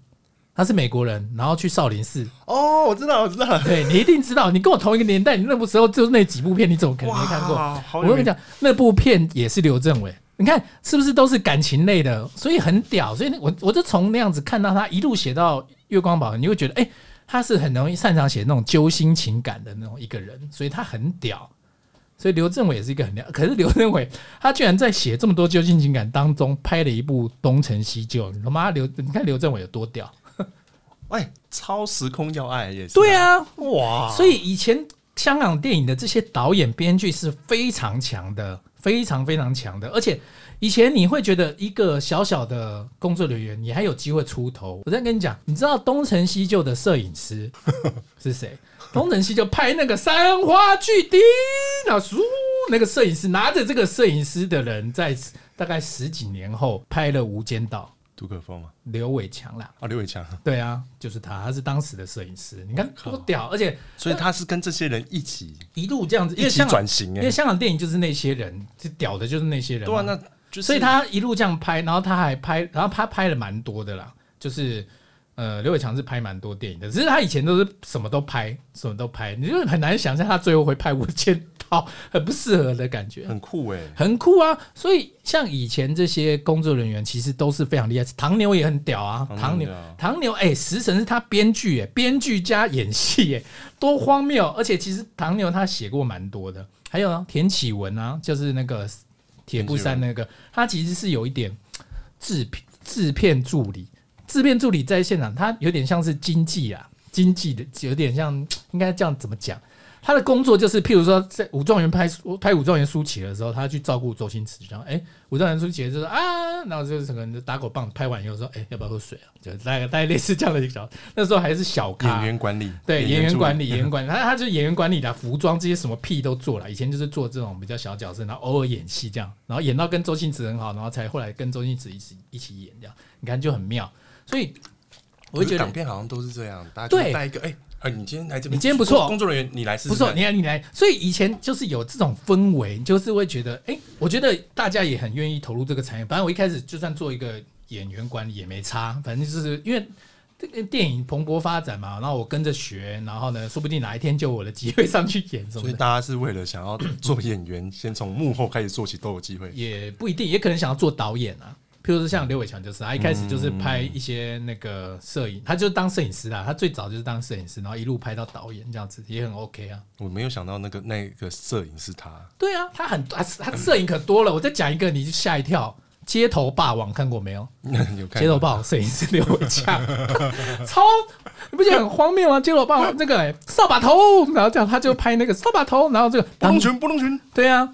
[SPEAKER 1] 他是美国人，然后去少林寺。
[SPEAKER 2] 哦，我知道，我知道。
[SPEAKER 1] 对你一定知道，你跟我同一个年代，你那部时候就是那几部片，你怎么可能没看过？
[SPEAKER 2] 哇，好
[SPEAKER 1] 我跟你讲，那部片也是刘镇伟。你看是不是都是感情类的？所以很屌，所以那我我就从那样子看到他一路写到《月光宝盒》，你会觉得哎、他是很容易擅长写那种揪心情感的那种一个人，所以他很屌。所以刘镇伟也是一个很屌，可是刘镇伟他居然在写这么多揪心情感当中拍了一部《东成西就》，你他妈刘，你看刘镇伟有多屌？
[SPEAKER 2] 哎，超时空要爱也是。
[SPEAKER 1] 对，啊，
[SPEAKER 2] 哇，
[SPEAKER 1] 所以以前香港电影的这些导演、编剧是非常强的，非常非常强的。而且以前你会觉得一个小小的工作人员，你还有机会出头。我再跟你讲，你知道东成西就的摄影师 是谁？东成西就拍那个三花聚丁啊，叔那个摄影师拿着这个摄影师的人，在大概十几年后拍了《无间道》，
[SPEAKER 2] 杜可风啊，
[SPEAKER 1] 刘伟强啦。
[SPEAKER 2] 啊，刘伟强，
[SPEAKER 1] 对啊，就是他，他是当时的摄影师，你看多屌！而且
[SPEAKER 2] 所以他是跟这些人一起
[SPEAKER 1] 一路这样子，因
[SPEAKER 2] 一
[SPEAKER 1] 为
[SPEAKER 2] 起
[SPEAKER 1] 香港
[SPEAKER 2] 转型
[SPEAKER 1] 因
[SPEAKER 2] 哎
[SPEAKER 1] 为。香港电影就是那些人，就屌的就是那些人
[SPEAKER 2] 对啊，
[SPEAKER 1] 嘛。
[SPEAKER 2] 那就是
[SPEAKER 1] 所以他一路这样拍，然后他还拍，然后他拍了蛮多的啦，就是。呃，刘伟强是拍蛮多电影的，只是他以前都是什么都拍，什么都拍，你就很难想象他最后会拍《无间道》，很不适合的感 觉。
[SPEAKER 2] 很酷哎。
[SPEAKER 1] 很酷啊！所以像以前这些工作人员，其实都是非常厉害。唐牛也很屌啊，唐
[SPEAKER 2] 唐
[SPEAKER 1] 牛
[SPEAKER 2] 牛啊，
[SPEAKER 1] 唐牛，哎、食神是他编剧，哎，编剧加演戏，哎，多荒谬！而且其实唐牛他写过蛮多的，还有啊，田启文啊，就是那个铁布衫那个，他其实是有一点制片制片助理，制片助理在现场，他有点像是经纪啊，经纪的有点像，应该这样怎么讲？他的工作就是，譬如说在武状元拍拍武状元舒淇的时候，他去照顾周星驰，然后哎，武状元舒淇就说啊，然后就是整个人就打狗棒，拍完以后说，哎，要不要喝水啊？就大概大概类似这样的一个角色。那时候还是小咖，
[SPEAKER 2] 演员管理，
[SPEAKER 1] 对，演员
[SPEAKER 2] 助
[SPEAKER 1] 管理，演员管理，他他就是演员管理的，啊服装这些什么屁都做了。以前就是做这种比较小角色，然后偶尔演戏这样，然后演到跟周星驰很好，然后才后来跟周星驰一起一起演这样，你看就很妙。所以我
[SPEAKER 2] 我
[SPEAKER 1] 会
[SPEAKER 2] 觉
[SPEAKER 1] 觉
[SPEAKER 2] 得
[SPEAKER 1] 得
[SPEAKER 2] 港片好像都是这样，大家就
[SPEAKER 1] 对
[SPEAKER 2] 带一个哎。啊，你今天来这边，
[SPEAKER 1] 你今天不错
[SPEAKER 2] 工工作人员，你来试试
[SPEAKER 1] 不错，
[SPEAKER 2] 看
[SPEAKER 1] 你来你来。所以以前就是有这种氛围，你就是会觉得，哎、我觉得大家也很愿意投入这个产业。反正我一开始就算做一个演员管理也没差，反正就是因为。这个电影蓬勃发展嘛，然后我跟着学，然后呢，说不定哪一天就有我的机会上去演什么
[SPEAKER 2] 所以
[SPEAKER 1] 的。
[SPEAKER 2] 大家是为了想要做演员，先从幕后开始做起都有机会。
[SPEAKER 1] 也不一定，也可能想要做导演啊。譬如说像刘伟强就是，他一开始就是拍一些那个摄影，他就当摄影师啦。他最早就是当摄影师，然后一路拍到导演这样子，也很 OK 啊。
[SPEAKER 2] 我没有想到那个那个摄影是他，
[SPEAKER 1] 对啊，他很他他摄影可多了。我再讲一个，你就吓一跳。街头霸王看过没有？
[SPEAKER 2] 有看
[SPEAKER 1] 街头霸王摄影师刘伟强， 超你不觉得很荒谬吗？街头霸王那个欸扫、把头，然后这样他就拍那个扫把头，然后这个
[SPEAKER 2] 波动拳，波动拳，
[SPEAKER 1] 对啊，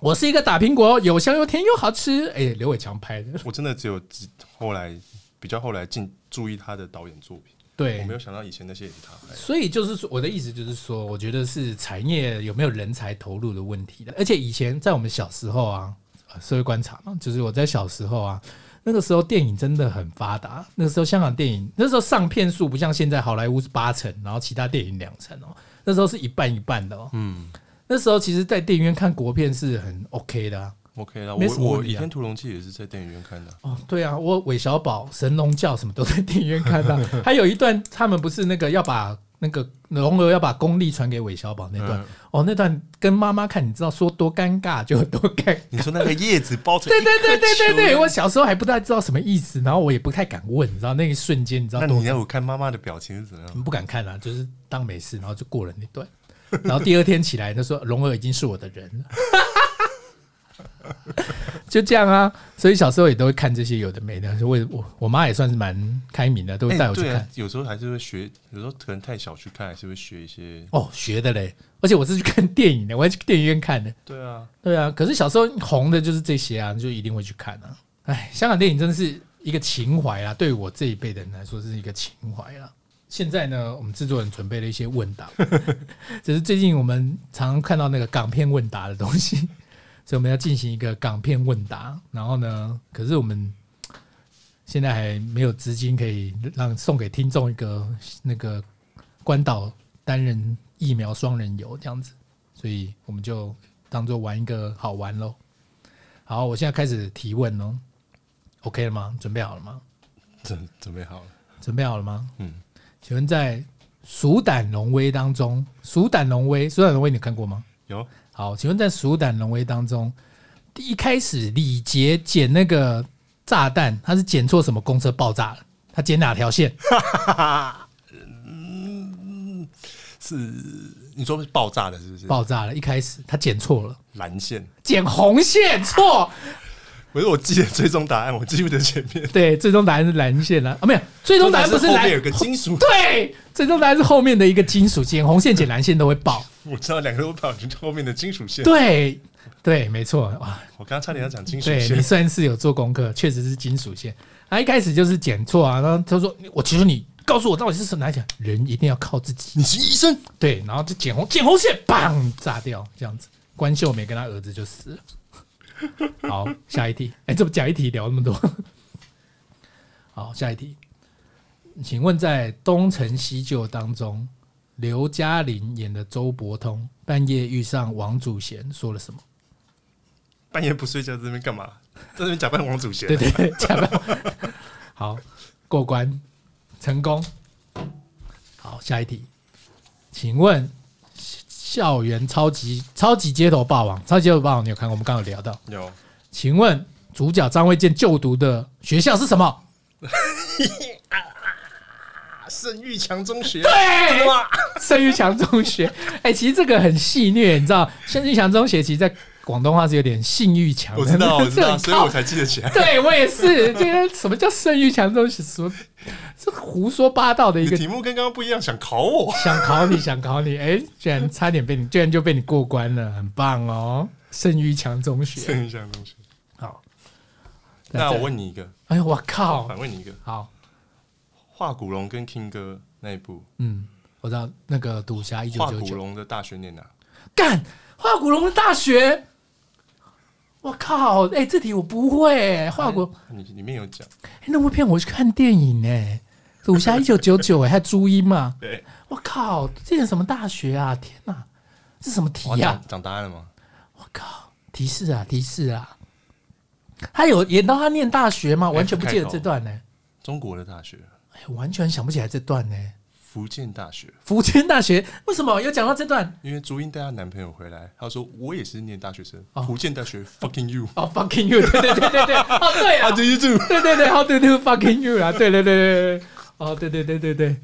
[SPEAKER 1] 我是一个打苹果，有香又甜又好吃。哎、刘伟强拍的，
[SPEAKER 2] 我真的只有只后来比较后来进注意他的导演作品，
[SPEAKER 1] 对，
[SPEAKER 2] 我没有想到以前那些也是他拍的。
[SPEAKER 1] 所以就是说，我的意思就是说，我觉得是产业有没有人才投入的问题的。而且以前在我们小时候啊，呃社会观察嘛，就是我在小时候啊，那个时候电影真的很发达。那个时候香港电影，那时候上片数不像现在好莱坞是八成，然后其他电影两成哦、那时候是一半一半的哦、
[SPEAKER 2] 嗯
[SPEAKER 1] 那时候其实，在电影院看国片是很 OK 的啊、
[SPEAKER 2] ，OK 啦，
[SPEAKER 1] 没
[SPEAKER 2] 我
[SPEAKER 1] 什么
[SPEAKER 2] 我
[SPEAKER 1] 问题啊
[SPEAKER 2] 倚天屠龙记也是在电影院看的，
[SPEAKER 1] 哦，对啊，我韦小宝、神龙教什么都在电影院看到，啊 还有一段他们不是那个要把那个龙儿要把功力传给韦小宝那段，
[SPEAKER 2] 嗯
[SPEAKER 1] 哦，那段跟妈妈看，你知道说多尴尬就有多尴尬。
[SPEAKER 2] 你说那个叶子包成
[SPEAKER 1] 对对对对对对，
[SPEAKER 2] 我
[SPEAKER 1] 我小时候还不太知道什么意思，然后我也不太敢问，你知道那一瞬间，你知道
[SPEAKER 2] 那
[SPEAKER 1] 多
[SPEAKER 2] 你要我看妈妈的表情是怎样？
[SPEAKER 1] 不敢看啊，就是当没事，然后就过了那段。然后第二天起来，他说龙儿已经是我的人了， 就这样啊。所以小时候也都会看这些有的没的，所以我我妈也算是蛮开明的，都会带
[SPEAKER 2] 哎，
[SPEAKER 1] 我去
[SPEAKER 2] 对
[SPEAKER 1] 看。
[SPEAKER 2] 啊，有时候还是会学，有时候可能太小去看，还是会学一些。
[SPEAKER 1] 哦，学的嘞，而且我是去看电影的，我还去电影院看的。
[SPEAKER 2] 对 啊，
[SPEAKER 1] 对啊，可是小时候红的就是这些啊，就一定会去看啊。哎，香港电影真的是一个情怀啦，对我这一辈的人来说是一个情怀啦。现在呢，我们制作人准备了一些问答， 只是最近我们常常看到那个港片问答的东西， 所以我们要进行一个港片问答。然后呢，可是我们现在还没有资金可以让送给听众一个那个关岛单人疫苗双人游这样子，所以我们就当做玩一个好玩喽。好，我现在开始提问哦。OK 了吗？准备好了吗？
[SPEAKER 2] 准准备好了，
[SPEAKER 1] 准备好了吗？
[SPEAKER 2] 嗯，
[SPEAKER 1] 请问在《鼠胆龙威》当中，《鼠胆龙威》《鼠胆龙威》你看过吗？
[SPEAKER 2] 有
[SPEAKER 1] 好，请问在《鼠胆龙威》当中，第一开始李杰捡那个炸弹，他是捡错什么公车爆炸了？他捡哪条线？
[SPEAKER 2] 是你说是爆炸的，是不是？
[SPEAKER 1] 爆炸了，一开始他捡错了，
[SPEAKER 2] 蓝线，
[SPEAKER 1] 捡红线错。
[SPEAKER 2] 不是我记得最终答案，我记不得前面。
[SPEAKER 1] 对，最终答案是蓝线了啊，没有，最终答案不是
[SPEAKER 2] 后
[SPEAKER 1] 蓝
[SPEAKER 2] 面有个金 属，
[SPEAKER 1] 对，最终答案是后面的一个金属线，红线、剪蓝线都会爆。
[SPEAKER 2] 我知道两个都跑去后面的金属线。
[SPEAKER 1] 对，对，没错，哇，
[SPEAKER 2] 我刚刚差点要讲金属
[SPEAKER 1] 对你
[SPEAKER 2] 线，
[SPEAKER 1] 算是有做功课，确实是金属线。啊他一开始就是剪错啊，然后他说：“我求求你，告诉我到底是什么来讲，人一定要靠自己。
[SPEAKER 2] 你是医生，”
[SPEAKER 1] 对，然后就剪红剪红线，砰，炸掉这样子。关秀梅跟她儿子就死了。好，下一题。 哎、这不讲一题聊那么多。 好，下一题，请问在《东成西就》当中，刘嘉玲演的周伯通半夜遇上王祖贤，说了什么？
[SPEAKER 2] 半夜不睡觉在那边干嘛？ 在那边假扮王祖贤
[SPEAKER 1] 对，对 对，假扮好过关成功。好，下一题，请问校园超级超级街头霸王，超级街头霸王你有看过？我们刚刚有聊到，
[SPEAKER 2] 有
[SPEAKER 1] 请问主角张卫健就读的学校是什么？
[SPEAKER 2] 啊盛玉强中学，
[SPEAKER 1] 对
[SPEAKER 2] 真的吗？
[SPEAKER 1] 盛玉强中学。哎、其实这个很戏虐，你知道，盛玉强中学其实在广东话是有点性欲强的，
[SPEAKER 2] 我知道，我知 道，
[SPEAKER 1] 这
[SPEAKER 2] 所以我才记得起来。
[SPEAKER 1] 对我也是，觉得什么叫性欲强这种什么，这胡说八道的一
[SPEAKER 2] 你
[SPEAKER 1] 个
[SPEAKER 2] 的题目跟刚刚不一样，想考 我？
[SPEAKER 1] 想考你，想考你，哎、居然差点被你，居然就被你过关了，很棒哦！圣于强中学，
[SPEAKER 2] 剩下的东西。
[SPEAKER 1] 好。
[SPEAKER 2] 那
[SPEAKER 1] 再
[SPEAKER 2] 我，问你一个，
[SPEAKER 1] 哎呦，我靠
[SPEAKER 2] 反！问你一个，
[SPEAKER 1] 好，
[SPEAKER 2] 画古龙跟 King 哥那一部，
[SPEAKER 1] 嗯，我知道那个赌侠一九
[SPEAKER 2] 画
[SPEAKER 1] 九
[SPEAKER 2] 古
[SPEAKER 1] 九，
[SPEAKER 2] 龙的大学念哪？
[SPEAKER 1] 干画古龙的大学，我靠！哎、这题我不会、哎画古，
[SPEAKER 2] 你里面有讲，
[SPEAKER 1] 哎、那部片我去看电影哎、赌侠一九九九哎，还有朱茵嘛？
[SPEAKER 2] 对，
[SPEAKER 1] 我靠，这是什么大学啊？天哪、这什么题啊
[SPEAKER 2] 我
[SPEAKER 1] 呀、
[SPEAKER 2] 讲讲答案了吗？
[SPEAKER 1] 我靠！提示啊，提示啊！他有演到他念大学吗？
[SPEAKER 2] F
[SPEAKER 1] 完全不记得这段呢、
[SPEAKER 2] 中国的大学，
[SPEAKER 1] 哎，完全哎想不起来这段呢、
[SPEAKER 2] 福建大学，
[SPEAKER 1] 福建大学为什么又讲到这段？
[SPEAKER 2] 因为朱茵带她男朋友回来，她说我也是念大学生
[SPEAKER 1] 哦，
[SPEAKER 2] 福建大学 fucking you，
[SPEAKER 1] 哦、f u c k i n g you！对对对 对对，哦对啊，
[SPEAKER 2] 啊，对对对，
[SPEAKER 1] 对对对，How do you fucking you 啊？对对对对对，哦对对对对对，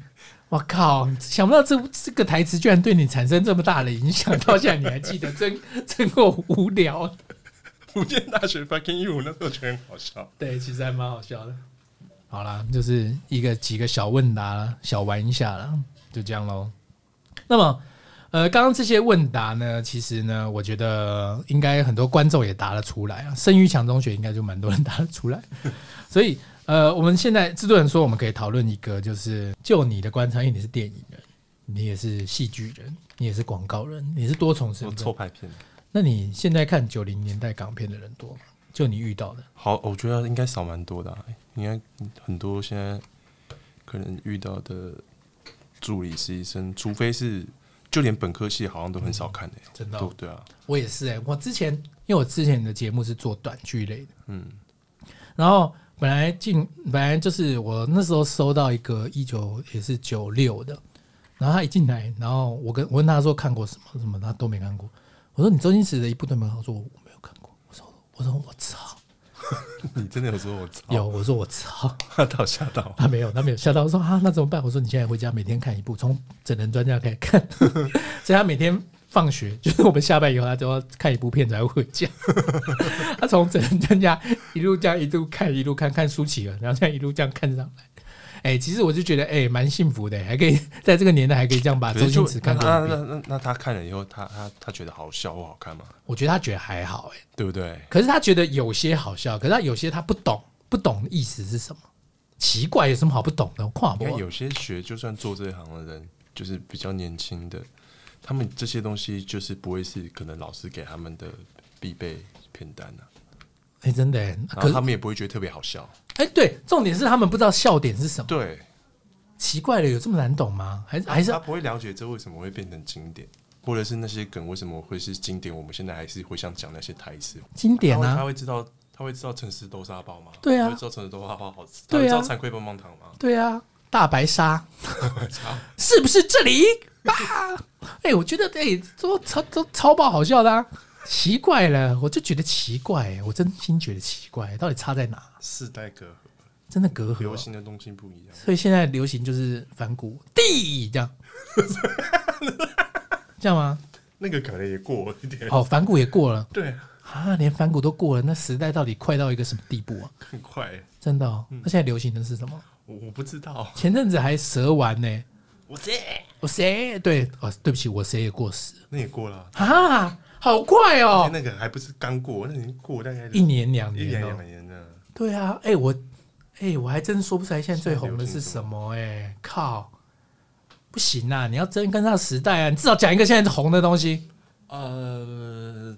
[SPEAKER 1] 我靠！想不到这这个台词居然对你产生这么大的影响，到现在你还记得，真真够无聊。
[SPEAKER 2] 福建大学 fucking you，那时候觉得很好笑。
[SPEAKER 1] 对，其实还蛮好笑的。好啦，就是一个几个小问答啦，小玩一下啦，就这样喽。那么，呃，刚刚这些问答呢，其实呢，我觉得应该很多观众也答得出来啊。生于强中学应该就蛮多人答得出来， 所以呃，我们现在制作人说我们可以讨论一个，就是就你的观察，因为你是电影人，你也是戏剧人，你也是广告人，你是多重身
[SPEAKER 2] 我
[SPEAKER 1] 份
[SPEAKER 2] 凑。拍片，
[SPEAKER 1] 那你现在看九零年代港片的人多吗？就你遇到的？
[SPEAKER 2] 好，我觉得应该少蛮多的、啊，应该很多现在可能遇到的助理实习生，除非是就连本科系好像都很少看的、
[SPEAKER 1] 真的哦
[SPEAKER 2] 都对啊，
[SPEAKER 1] 我也是哎、我之前因为我之前的节目是做短剧类的，
[SPEAKER 2] 嗯，
[SPEAKER 1] 然后本来进本来就是我那时候收到一个一九也是九六的，然后他一进来，然后我跟我问他说看过什么什么，他都没看过。我说你周星驰的一部都没有看过，他说我没有看过。我说我说我操，
[SPEAKER 2] 你真的有时候我操，
[SPEAKER 1] 有我说我操，
[SPEAKER 2] 吓到吓 到，
[SPEAKER 1] 他没有他没有吓到，我说啊那怎么办？我说你现在回家每天看一部，从整人专家开始看， 所以他每天放学就是我们下班以后，他都要看一部片才会回家。 他从整人专家一路这样一路看一路看看舒淇了，然后这样一路这样看上来。哎、其实我就觉得哎，蛮、幸福的，还可以在这个年代还可以这样把
[SPEAKER 2] 可
[SPEAKER 1] 周
[SPEAKER 2] 是就
[SPEAKER 1] 星驰
[SPEAKER 2] 那
[SPEAKER 1] 看过
[SPEAKER 2] 那
[SPEAKER 1] 一
[SPEAKER 2] 那
[SPEAKER 1] 遍。
[SPEAKER 2] 那那他看了以后，他他他觉得好笑或好看吗？
[SPEAKER 1] 我觉得他觉得还好哎、
[SPEAKER 2] 对不对？
[SPEAKER 1] 可是他觉得有些好笑，可是他有些他不懂，不懂意思是什么。奇怪，有什么好不懂的？跨
[SPEAKER 2] 你
[SPEAKER 1] 博
[SPEAKER 2] 看有些学就算做这一行的人，就是比较年轻的，他们这些东西就是不会是可能老师给他们的必备片单啊，
[SPEAKER 1] 哎、真的、欸，
[SPEAKER 2] 然
[SPEAKER 1] 可
[SPEAKER 2] 后
[SPEAKER 1] 是
[SPEAKER 2] 他们也不会觉得特别好笑。
[SPEAKER 1] 哎、对，重点是他们不知道笑点是什么。
[SPEAKER 2] 对，
[SPEAKER 1] 奇怪了，有这么难懂吗？还是还是
[SPEAKER 2] 他不会了解这为什么会变成经典，或者是那些梗为什么会是经典，我们现在还是会想讲那些台词。
[SPEAKER 1] 经典
[SPEAKER 2] 他会他
[SPEAKER 1] 啊？
[SPEAKER 2] 会知道，他会知道城市豆沙包吗？
[SPEAKER 1] 对啊
[SPEAKER 2] 他会知道城市豆沙包好吃。他
[SPEAKER 1] 对
[SPEAKER 2] 会
[SPEAKER 1] 啊
[SPEAKER 2] 知道惭愧棒棒糖吗？
[SPEAKER 1] 对啊，大白 鲨是不是这里啊？哎、我觉得哎，都超都超爆好笑的、啊，奇怪了，我就觉得奇怪，我真心觉得奇怪，到底差在哪？
[SPEAKER 2] 世代隔阂，
[SPEAKER 1] 真的隔阂
[SPEAKER 2] 流
[SPEAKER 1] 哦、
[SPEAKER 2] 行的东西不一样。
[SPEAKER 1] 所以现在流行就是反骨地这样，这样吗？
[SPEAKER 2] 那个可能也过一点。
[SPEAKER 1] 哦，反骨也过了
[SPEAKER 2] 对，
[SPEAKER 1] 啊，连反骨都过了，那时代到底快到一个什么地步啊？
[SPEAKER 2] 很快。
[SPEAKER 1] 真的、
[SPEAKER 2] 嗯
[SPEAKER 1] 哦，那现在流行的是什么？
[SPEAKER 2] 我我不知道，
[SPEAKER 1] 前阵子还蛇丸呢、
[SPEAKER 2] 我这
[SPEAKER 1] 我谁对哦，对不起，我谁也过时
[SPEAKER 2] 那也过了，
[SPEAKER 1] 啊，好快哦，
[SPEAKER 2] 那个还不是刚过，那已经过大概
[SPEAKER 1] 一年两
[SPEAKER 2] 一
[SPEAKER 1] 年
[SPEAKER 2] 年
[SPEAKER 1] 了
[SPEAKER 2] 两。年了。
[SPEAKER 1] 对啊，哎、我哎、我还真说不出来现在最红的是
[SPEAKER 2] 现在流行
[SPEAKER 1] 什
[SPEAKER 2] 什
[SPEAKER 1] 么哎、靠，不行啊，你要真跟上时代啊，你至少讲一个现在红的东西。
[SPEAKER 2] 呃，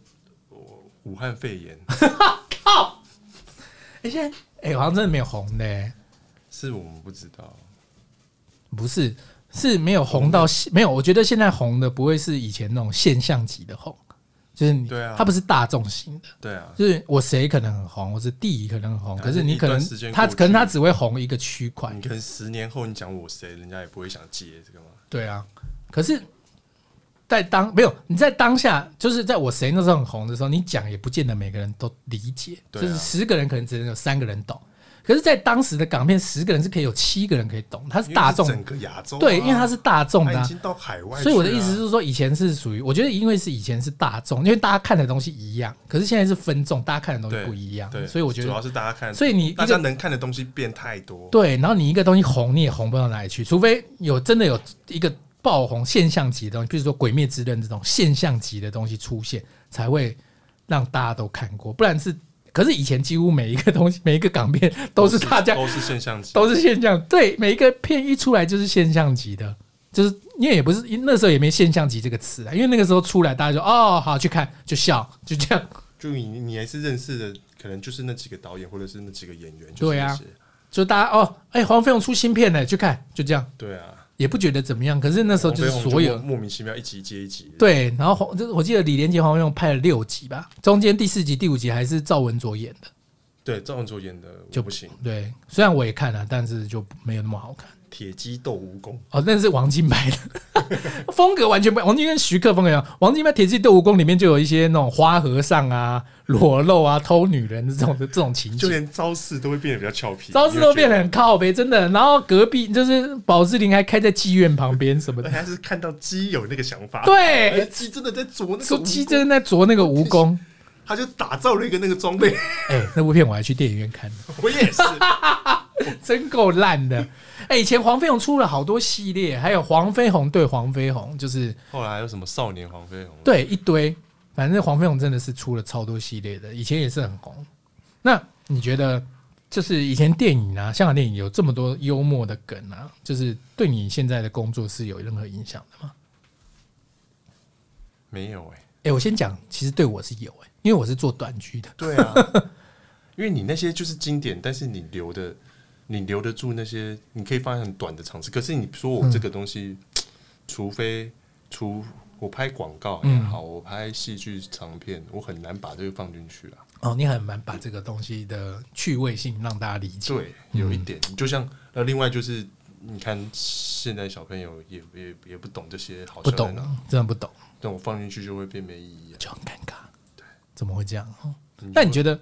[SPEAKER 2] 我武汉肺炎
[SPEAKER 1] 靠，哦哎、现在哎、好像真的没有红的、
[SPEAKER 2] 是我们不知道，
[SPEAKER 1] 不是。是没有红到没有，我觉得现在红的不会是以前那种现象级的红，就是你，
[SPEAKER 2] 对啊
[SPEAKER 1] 它不是大众型的，
[SPEAKER 2] 对啊，
[SPEAKER 1] 就是我谁可能很红，我是地可能很红，
[SPEAKER 2] 啊
[SPEAKER 1] 可是你
[SPEAKER 2] 一
[SPEAKER 1] 可
[SPEAKER 2] 段
[SPEAKER 1] 能
[SPEAKER 2] 时间
[SPEAKER 1] 他
[SPEAKER 2] 过去嗯
[SPEAKER 1] 可能他只会红一个区块
[SPEAKER 2] 你，可能十年后你讲我谁，人家也不会想接这个嘛。
[SPEAKER 1] 对啊。可是，在当没有你在当下，就是在我谁那时候很红的时候，你讲也不见得每个人都理解，
[SPEAKER 2] 对啊
[SPEAKER 1] 就是十个人可能只能有三个人懂。可是，在当时的港片，十个人是可以有七个人可以懂，它是大众
[SPEAKER 2] 因为是整个亚洲啊、
[SPEAKER 1] 对，因为它是大众的
[SPEAKER 2] 它
[SPEAKER 1] 啊、
[SPEAKER 2] 已经到海外去啊、
[SPEAKER 1] 所以我的意思是说，以前是属于，我觉得因为是以前是大众，因为大家看的东西一样，可是现在是分众，大家看的东
[SPEAKER 2] 对，
[SPEAKER 1] 西不一样
[SPEAKER 2] 对，，
[SPEAKER 1] 所以我觉
[SPEAKER 2] 主要
[SPEAKER 1] 得
[SPEAKER 2] 是大家看，
[SPEAKER 1] 所以你一个
[SPEAKER 2] 大家能看的东西变太多，
[SPEAKER 1] 对。然后你一个东西红，你也红不到哪里去，除非有真的有一个爆红现象级的东西，比如说《鬼灭之刃》这种现象级的东西出现，才会让大家都看过，不然是。可是以前几乎每一个东西，每一个港片都是大家
[SPEAKER 2] 都是现象级，
[SPEAKER 1] 都是现象，对，每一个片一出来就是现象级的，就是因为也不是因那时候也没现象级这个词啊，因为那个时候出来大家就哦好去看就笑就这样，
[SPEAKER 2] 就你你还是认识的，可能就是那几个导演或者是那几个演员，就是
[SPEAKER 1] 对啊
[SPEAKER 2] 那些
[SPEAKER 1] 就大家哦哎、黄飞鸿出新片了去看就这样，
[SPEAKER 2] 对啊，
[SPEAKER 1] 也不觉得怎么样，可是那时候就是
[SPEAKER 2] 黄飞鸿
[SPEAKER 1] 所有
[SPEAKER 2] 莫莫名其妙一集接一集，，
[SPEAKER 1] 对，然后黄就是我记得李连杰、黄飞鸿拍了六集吧，中间第四集、第五集还是赵文卓演的，
[SPEAKER 2] 对，赵文卓演的
[SPEAKER 1] 就
[SPEAKER 2] 就不行，
[SPEAKER 1] 对，虽然我也看了，但是就没有那么好看。
[SPEAKER 2] 铁鸡斗蜈蚣，
[SPEAKER 1] 哦，那是王晶拍的，风格完全不一样。王晶跟徐克风格一样。王晶拍《铁骑斗蜈蚣》里面就有一些那种花和尚啊、裸露啊、偷女人这种的这种情
[SPEAKER 2] 就
[SPEAKER 1] 节，
[SPEAKER 2] 连招式都会变得比较俏皮，
[SPEAKER 1] 招式都变得
[SPEAKER 2] 得，
[SPEAKER 1] 很靠背，真的。然后隔壁就是宝芝林还开在妓院旁边什么
[SPEAKER 2] 而且
[SPEAKER 1] 的，
[SPEAKER 2] 他是看到鸡有那个想法，哎，
[SPEAKER 1] 对，
[SPEAKER 2] 鸡真的在啄那个
[SPEAKER 1] 说
[SPEAKER 2] 蜈
[SPEAKER 1] 鸡
[SPEAKER 2] 蚣
[SPEAKER 1] 真的在啄那个蜈蚣。
[SPEAKER 2] 他就打造了一个那个 装备，
[SPEAKER 1] 哎、那部片我还去电影院看了。
[SPEAKER 2] 我 也是，
[SPEAKER 1] 真够烂的。哎、以前黄飞鸿出了好多系列，还有黄飞鸿对黄飞鸿，就是
[SPEAKER 2] 后来还有什么少年黄飞鸿，
[SPEAKER 1] 对一堆，反正黄飞鸿真的是出了超多系列的，以前也是很红。那你觉得，就是以前电影啊，香港电影有这么多幽默的梗啊，就是对你现在的工作是有任何影响的吗？
[SPEAKER 2] 没有哎，
[SPEAKER 1] 哎、我先讲，其实对我是有哎、因为我是做短剧的。
[SPEAKER 2] 对啊， 因为你那些就是经典，但是你留的，你留得住那些，你可以放在很短的场次。可是你说我这个东
[SPEAKER 1] 嗯
[SPEAKER 2] 西，除非除我拍广告也好，我拍戏剧长片，我很难把这个放进去啊。
[SPEAKER 1] 哦，你很难把这个东西的趣味性让大家理解。
[SPEAKER 2] 对，有一
[SPEAKER 1] 嗯
[SPEAKER 2] 点，就像那另外就是，你看现在小朋友也也也不懂这些好
[SPEAKER 1] 不
[SPEAKER 2] 笑在
[SPEAKER 1] 懂
[SPEAKER 2] 哪，，
[SPEAKER 1] 真的不懂。
[SPEAKER 2] 但我放进去就会变没意义啊。
[SPEAKER 1] 就很尴尬。怎么会这样？哦
[SPEAKER 2] 嗯
[SPEAKER 1] 那你觉得，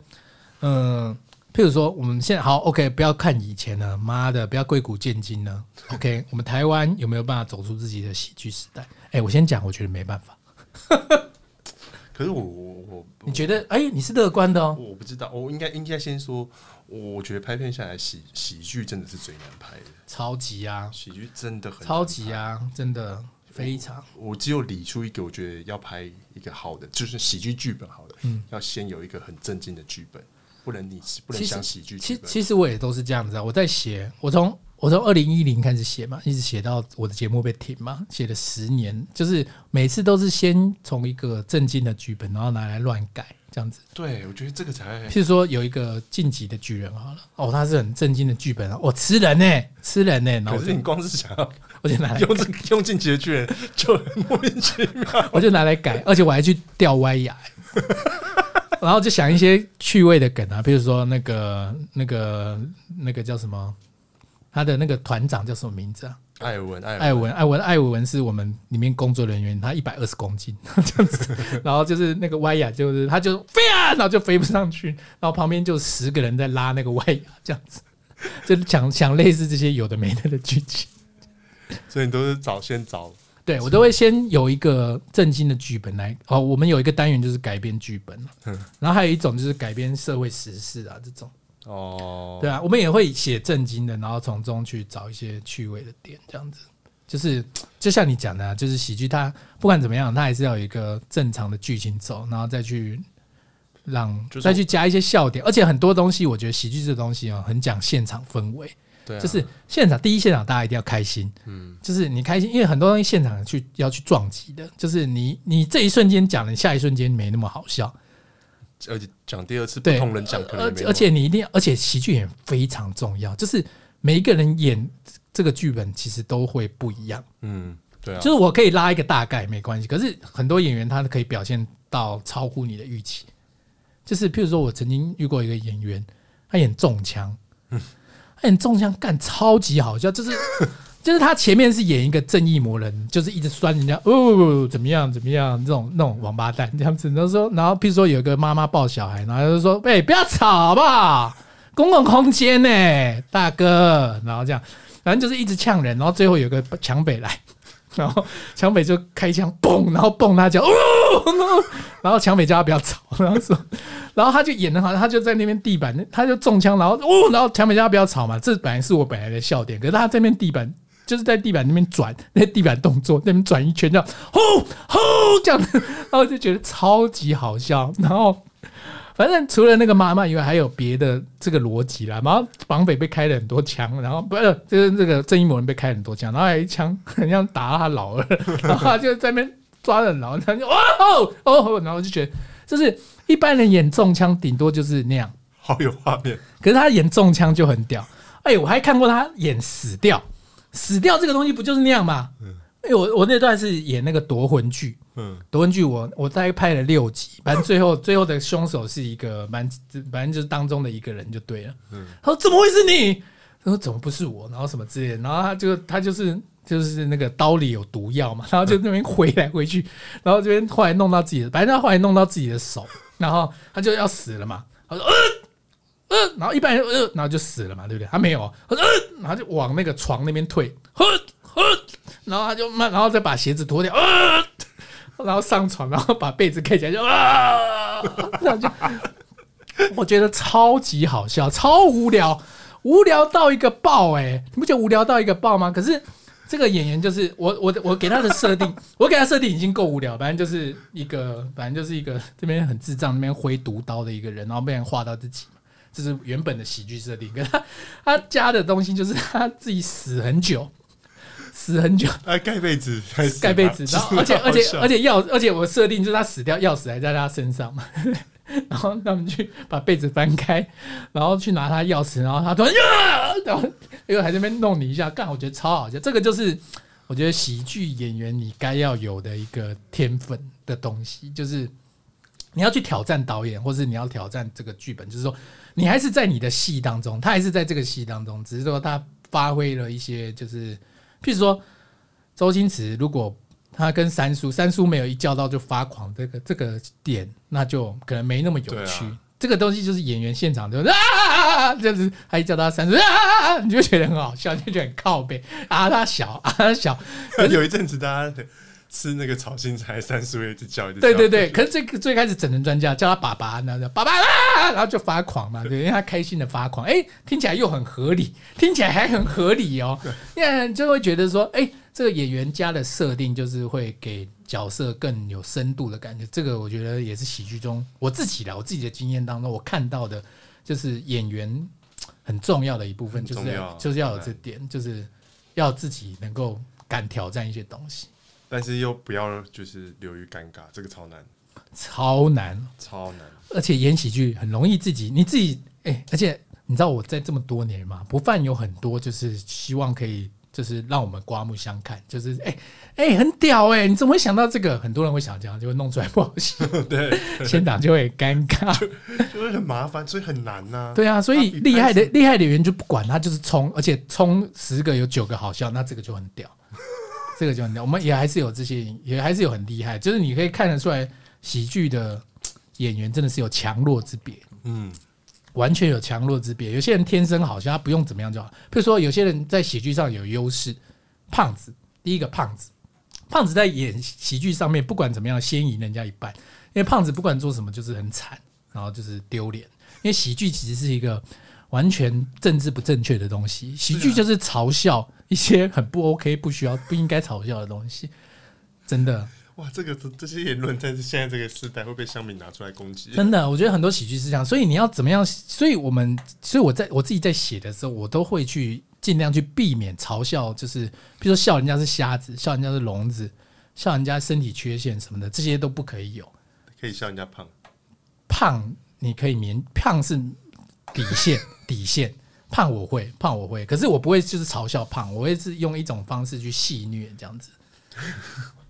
[SPEAKER 1] 嗯、譬如说我们现在好 OK，不要看以前了，妈的，不要贵古见今了。OK，我们 台湾有没有办法走出自己的喜剧时代？哎、我先讲，我觉得没办法。
[SPEAKER 2] 可是我我我
[SPEAKER 1] 你觉得？哎、你是乐观的哦。
[SPEAKER 2] 我不知道，我应该应该先说，我觉得拍片下来喜喜剧真的是最难拍的，
[SPEAKER 1] 超级啊，
[SPEAKER 2] 喜剧真的很难
[SPEAKER 1] 超级啊，真的非常。
[SPEAKER 2] 我只有理出一个，我觉得要拍一个好的，就是喜剧剧本好的，
[SPEAKER 1] 嗯
[SPEAKER 2] 要先有一个很正经的剧本，不能你不能
[SPEAKER 1] 其实
[SPEAKER 2] 想喜剧
[SPEAKER 1] 其
[SPEAKER 2] 剧本。
[SPEAKER 1] 其实我也都是这样子啊，我在写，我从我从二零一零开始写嘛，一直写到我的节目被停嘛，写了十年，就是每次都是先从一个正经的剧本，然后拿来乱改这样子。
[SPEAKER 2] 对，我觉得这个才
[SPEAKER 1] 譬如说有一个晋级的巨人好了，哦，他是很正经的剧本啊，我、吃人呢、吃人呢、然后
[SPEAKER 2] 可
[SPEAKER 1] 我
[SPEAKER 2] 是
[SPEAKER 1] 就
[SPEAKER 2] 你光是想 要
[SPEAKER 1] 我就拿来
[SPEAKER 2] 用这个用进结局，就很莫名其妙。
[SPEAKER 1] 我就拿来改，而且我还去吊歪牙、然后就想一些趣味的梗啊，比如说那个那个那个叫什么，他的那个团长叫什么名字啊？
[SPEAKER 2] 艾文，艾文，
[SPEAKER 1] 艾文，艾文，艾文是我们里面工作人员，他一百二十公斤这样子，然后就是那个歪牙，就是他就飞啊，然后就飞不上去，然后旁边就十个人在拉那个歪牙，这样子，就想想类似这些有的没的的剧情。
[SPEAKER 2] 所以你都是找先找
[SPEAKER 1] 对我都会先有一个正经的剧本来哦，我们有一个单元就是改编剧本，
[SPEAKER 2] 嗯
[SPEAKER 1] 然后还有一种就是改编社会时事啊这种，
[SPEAKER 2] 哦，
[SPEAKER 1] 对啊，我们也会写正经的，然后从中去找一些趣味的点，这样子。就是就像你讲的、啊，就是喜剧它不管怎么样，它还是要有一个正常的剧情走，然后再去让、
[SPEAKER 2] 就是
[SPEAKER 1] 再去加一些笑点，而且很多东西，我觉得喜剧这东西啊，很讲现场氛围。
[SPEAKER 2] 对啊，
[SPEAKER 1] 就是现场第一现场大家一定要开心，嗯，就是你开心，因为很多东西现场去要去撞击的，就是你你这一瞬间讲了，你下一瞬间没那么好笑，
[SPEAKER 2] 而且讲第二次不
[SPEAKER 1] 对，
[SPEAKER 2] 同人讲可能也
[SPEAKER 1] 而
[SPEAKER 2] 没
[SPEAKER 1] 且
[SPEAKER 2] 有
[SPEAKER 1] 而且你一定要，而且喜剧也非常重要，就是每一个人演这个剧本其实都会不一样，
[SPEAKER 2] 嗯，对啊，
[SPEAKER 1] 就是我可以拉一个大概没关系，可是很多演员他可以表现到超乎你的预期。就是譬如说，我曾经遇过一个演员，他演中 枪，他演中枪干超级好笑，就是 就是他前面是演一个正义魔人，就是一直酸人家哦怎么样怎么样这种那种王八蛋这样子。然后说，然后譬如说有一个妈妈抱小孩，然后他就说哎、不要吵好不好？公共空间呢、大哥，然后这样，反正就是一直呛人，然后最后有个强北来，然后强北就开枪嘣，然后蹦他叫哦，然后然后强北叫他不要吵，然后说，然后他就演的好像他就在那边地板，他就中枪，然后哦，然后强北叫他不要吵嘛，这本来是我本来的笑点，可是他这边地板。就是在地板那边转，那地板动作那边转一圈，这样吼吼这样，然后就觉得超级好笑。然后反正除了那个妈妈以外，还有别的这个逻辑啦。然后绑匪被开了很多枪，然后不是就是这个正义魔人被开了很多枪，然后还有一枪很像打他老二，然后他就在那边抓着老二，他就哇哦哦，然后就觉得就是一般人演中枪顶多就是那样，
[SPEAKER 2] 好有画面，
[SPEAKER 1] 可是他演中枪就很屌。哎、我还看过他演死掉，死掉这个东西不就是那样吗？哎、我我那段是演那个夺魂剧，
[SPEAKER 2] 嗯，
[SPEAKER 1] 夺魂剧我我大概拍了六集，反正最后 最后的凶手是一个蛮反正就是当中的一个人就对了。他说怎么会是你？他说怎么不是我？然后什么之类的，然后他就他就是就是那个刀里有毒药嘛， 然后就那边回来回去，然后这边后来弄到自己的，反正他后来弄到自己的手，然后他就要死了嘛，他说呃呃，然后一般人呃，然后就死了嘛，对不对？他没有，他说呃，然后就往那个床那边退，呃呃，然后他就慢，然后再把鞋子脱掉，呃，然后上床，然后把被子盖起来，就啊， 然后就我觉得超级好笑，超无聊，无聊到一个爆哎、你不觉得无聊到一个爆吗？可是这个演员就是我，我我给他的设定， 我给他设定已经够无聊，反正就是一个，反正就是一个这边很智障，那边挥毒刀的一个人，然后被人画到自己嘛，这是原本的喜剧设定。可是他他加的东西就是他自己死很久，死很久，
[SPEAKER 2] 哎，盖被子，
[SPEAKER 1] 盖被子，然后而 且而且而
[SPEAKER 2] 且，
[SPEAKER 1] 且钥，而且我设定就是他死掉，钥匙还在他身上嘛。然后他们去把被子翻开，然后去拿他钥匙，然后他突然呀，然后又还在那边弄你一下，干，我觉得超好笑。这个就是我觉得喜剧演员你该要有的一个天分的东西，就是你要去挑战导演，或是你要挑战这个剧本，就是说你还是在你的戏当中，他还是在这个戏当中，只是说他发挥了一些，就是譬如说周星驰如果他跟三叔，三叔没有一叫到就发狂，这个这个点，那就可能没那么有趣。
[SPEAKER 2] 对 啊
[SPEAKER 1] 这个东西就是演员现场就是啊，这样子，他一叫到三叔啊，你就觉得很好笑，就觉得很靠背啊，他小啊，他小，
[SPEAKER 2] 有一阵子大家吃那个炒青菜，三叔也一直叫，一直叫
[SPEAKER 1] 对对对，，可是最最开始整人专家叫他爸爸，然后就爸爸啦，然后就发狂嘛，对，因为他开心的发狂，哎、听起来又很合理， 听起来还很合理哦，那就会觉得说，哎、这个演员家的设定就是会给角色更有深度的感觉，这个我觉得也是喜剧中我自己的我自己的经验当中我看到的，就是演员很重要的一部分，
[SPEAKER 2] 很
[SPEAKER 1] 就
[SPEAKER 2] 重
[SPEAKER 1] 是
[SPEAKER 2] 要啊
[SPEAKER 1] 就是要有
[SPEAKER 2] 对
[SPEAKER 1] 这点，就是要自己能够敢挑战一些东西，
[SPEAKER 2] 但是又不要就是流于尴尬，这个超难，
[SPEAKER 1] 超难。
[SPEAKER 2] 超 难。
[SPEAKER 1] 而且演喜剧很容易自己，你自己哎、而且你知道我在这么多年嘛，不犯有很多就是希望可以就是让我们刮目相看，就是哎哎、很屌哎、你怎么会想到这个？很多人会想这样，就会弄出来不好笑，
[SPEAKER 2] 对，
[SPEAKER 1] 现场就会尴尬。
[SPEAKER 2] 就会很麻烦，所以很难呐、
[SPEAKER 1] 对啊，所以
[SPEAKER 2] 他一
[SPEAKER 1] 厉害
[SPEAKER 2] 开始
[SPEAKER 1] 的厉害的演员就不管他就是冲，而且冲十个有九个好笑，那这个就很 屌，这个就很屌。我们也还是有这些，也还是有很厉害，就是你可以看得出来喜剧的演员真的是有强弱之别。
[SPEAKER 2] 嗯，
[SPEAKER 1] 完全有强弱之别。有些人天生好笑，他不用怎么样就好。比如说，有些人在喜剧上有优势，胖子，第一个胖子，胖子在演喜剧上面不管怎么样先赢人家一半，因为胖子不管做什么就是很惨，然后就是丢脸。因为喜剧其实是一个完全政治不正确的东西，喜剧就是嘲笑一些很不 OK、不需要、不应该嘲笑的东西，真的。
[SPEAKER 2] 哇，这个这这些言论在现在这个时代会被乡民拿出来攻击，
[SPEAKER 1] 真的，我觉得很多喜剧是这样，所以你要怎么样？所以我们，所以我在我自己在写的时候，我都会去尽量去避免嘲笑，就是比如说笑人家是瞎子，笑人家是聋子，笑人家身体缺陷什么的，这些都不可以有。
[SPEAKER 2] 可以笑人家胖，
[SPEAKER 1] 胖你可以免，胖是底线，底线。胖我会，胖我会，可是我不会就是嘲笑胖，我会是用一种方式去戏虐这样子。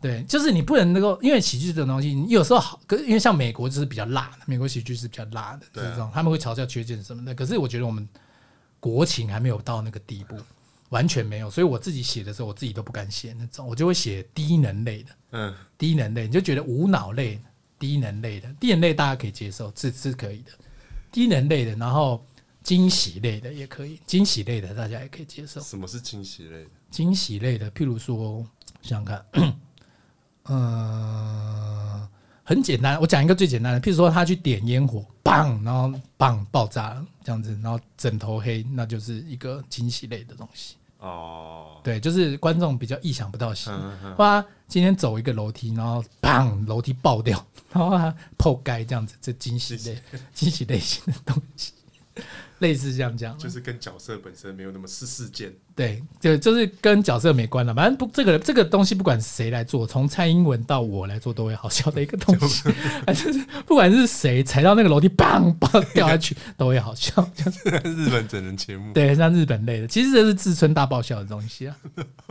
[SPEAKER 1] 对，就是你不能能够，因为喜剧这种东西，你有时候好，可是因为像美国就是比较辣的，美国喜剧是比较辣的，就
[SPEAKER 2] 对啊
[SPEAKER 1] 是这种他们会嘲笑缺陷什么的。可是我觉得我们国情还没有到那个地步，完全没有，所以我自己写的时候，我自己都不敢写那种，我就会写低能类的。
[SPEAKER 2] 嗯，
[SPEAKER 1] 低能类，你就觉得无脑类、低能类的，低能类大家可以接受，是是可以的。低能类的，然后惊喜类的也可以，惊喜类的大家也可以接受。
[SPEAKER 2] 什么是惊喜类的？
[SPEAKER 1] 惊喜类的，譬如说，想想看， 呃，很简单，我讲一个最简单的，譬如说他去点烟火，砰，然后砰爆炸了这样子，然后枕头黑，那就是一个惊喜类的东西。
[SPEAKER 2] 哦，
[SPEAKER 1] 对，就是观众比较意想不到型。
[SPEAKER 2] 嗯嗯，
[SPEAKER 1] 或他今天走一个楼梯，然后砰，楼梯爆掉， 然后他破盖这样子，这惊喜类、惊喜类型的东西，类似这样讲，
[SPEAKER 2] 就是跟角色本身没有那么是事件。
[SPEAKER 1] 对，就就是跟角色没关了，反正不这个这个东西不管谁来做，从蔡英文到我来做都会好笑的一个东西，啊 就是不管是谁踩到那个楼梯，砰砰掉下去都会好笑，
[SPEAKER 2] 日本整人节目，
[SPEAKER 1] 对，像日本类的，其实这是自村大爆笑的东西啊，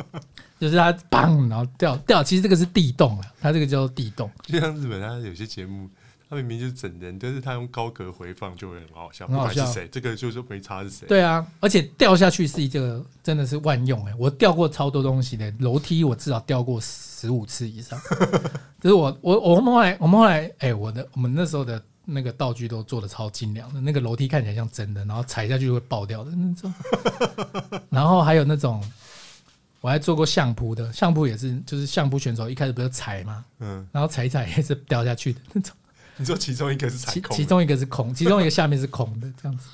[SPEAKER 1] 就是他砰然后掉掉，其实这个是地洞啊，它这个叫做地洞，
[SPEAKER 2] 就像日本他有些节目，他明明就是整人，但是他用高格回放就会很好笑，不
[SPEAKER 1] 很好
[SPEAKER 2] 管
[SPEAKER 1] 笑
[SPEAKER 2] 是谁，这个就是没差是谁。
[SPEAKER 1] 对啊，而且掉下去是一个真的是万用哎、我掉过超多东西的，楼梯我至少掉过十五次以上。就是我我我们后来我们后来哎、我的我们那时候的那个道具都做的超精良的，那个楼梯看起来像真的，然后踩下去会爆掉的那种。然后还有那种我还做过相扑的，相扑也是就是相扑选手一开始不是踩吗？
[SPEAKER 2] 嗯，
[SPEAKER 1] 然后踩一踩也是掉下去的那种。
[SPEAKER 2] 你说其中一个是踩
[SPEAKER 1] 其
[SPEAKER 2] 空
[SPEAKER 1] 其
[SPEAKER 2] 的，
[SPEAKER 1] 中一个是空，其中一个下面是空的，这样子。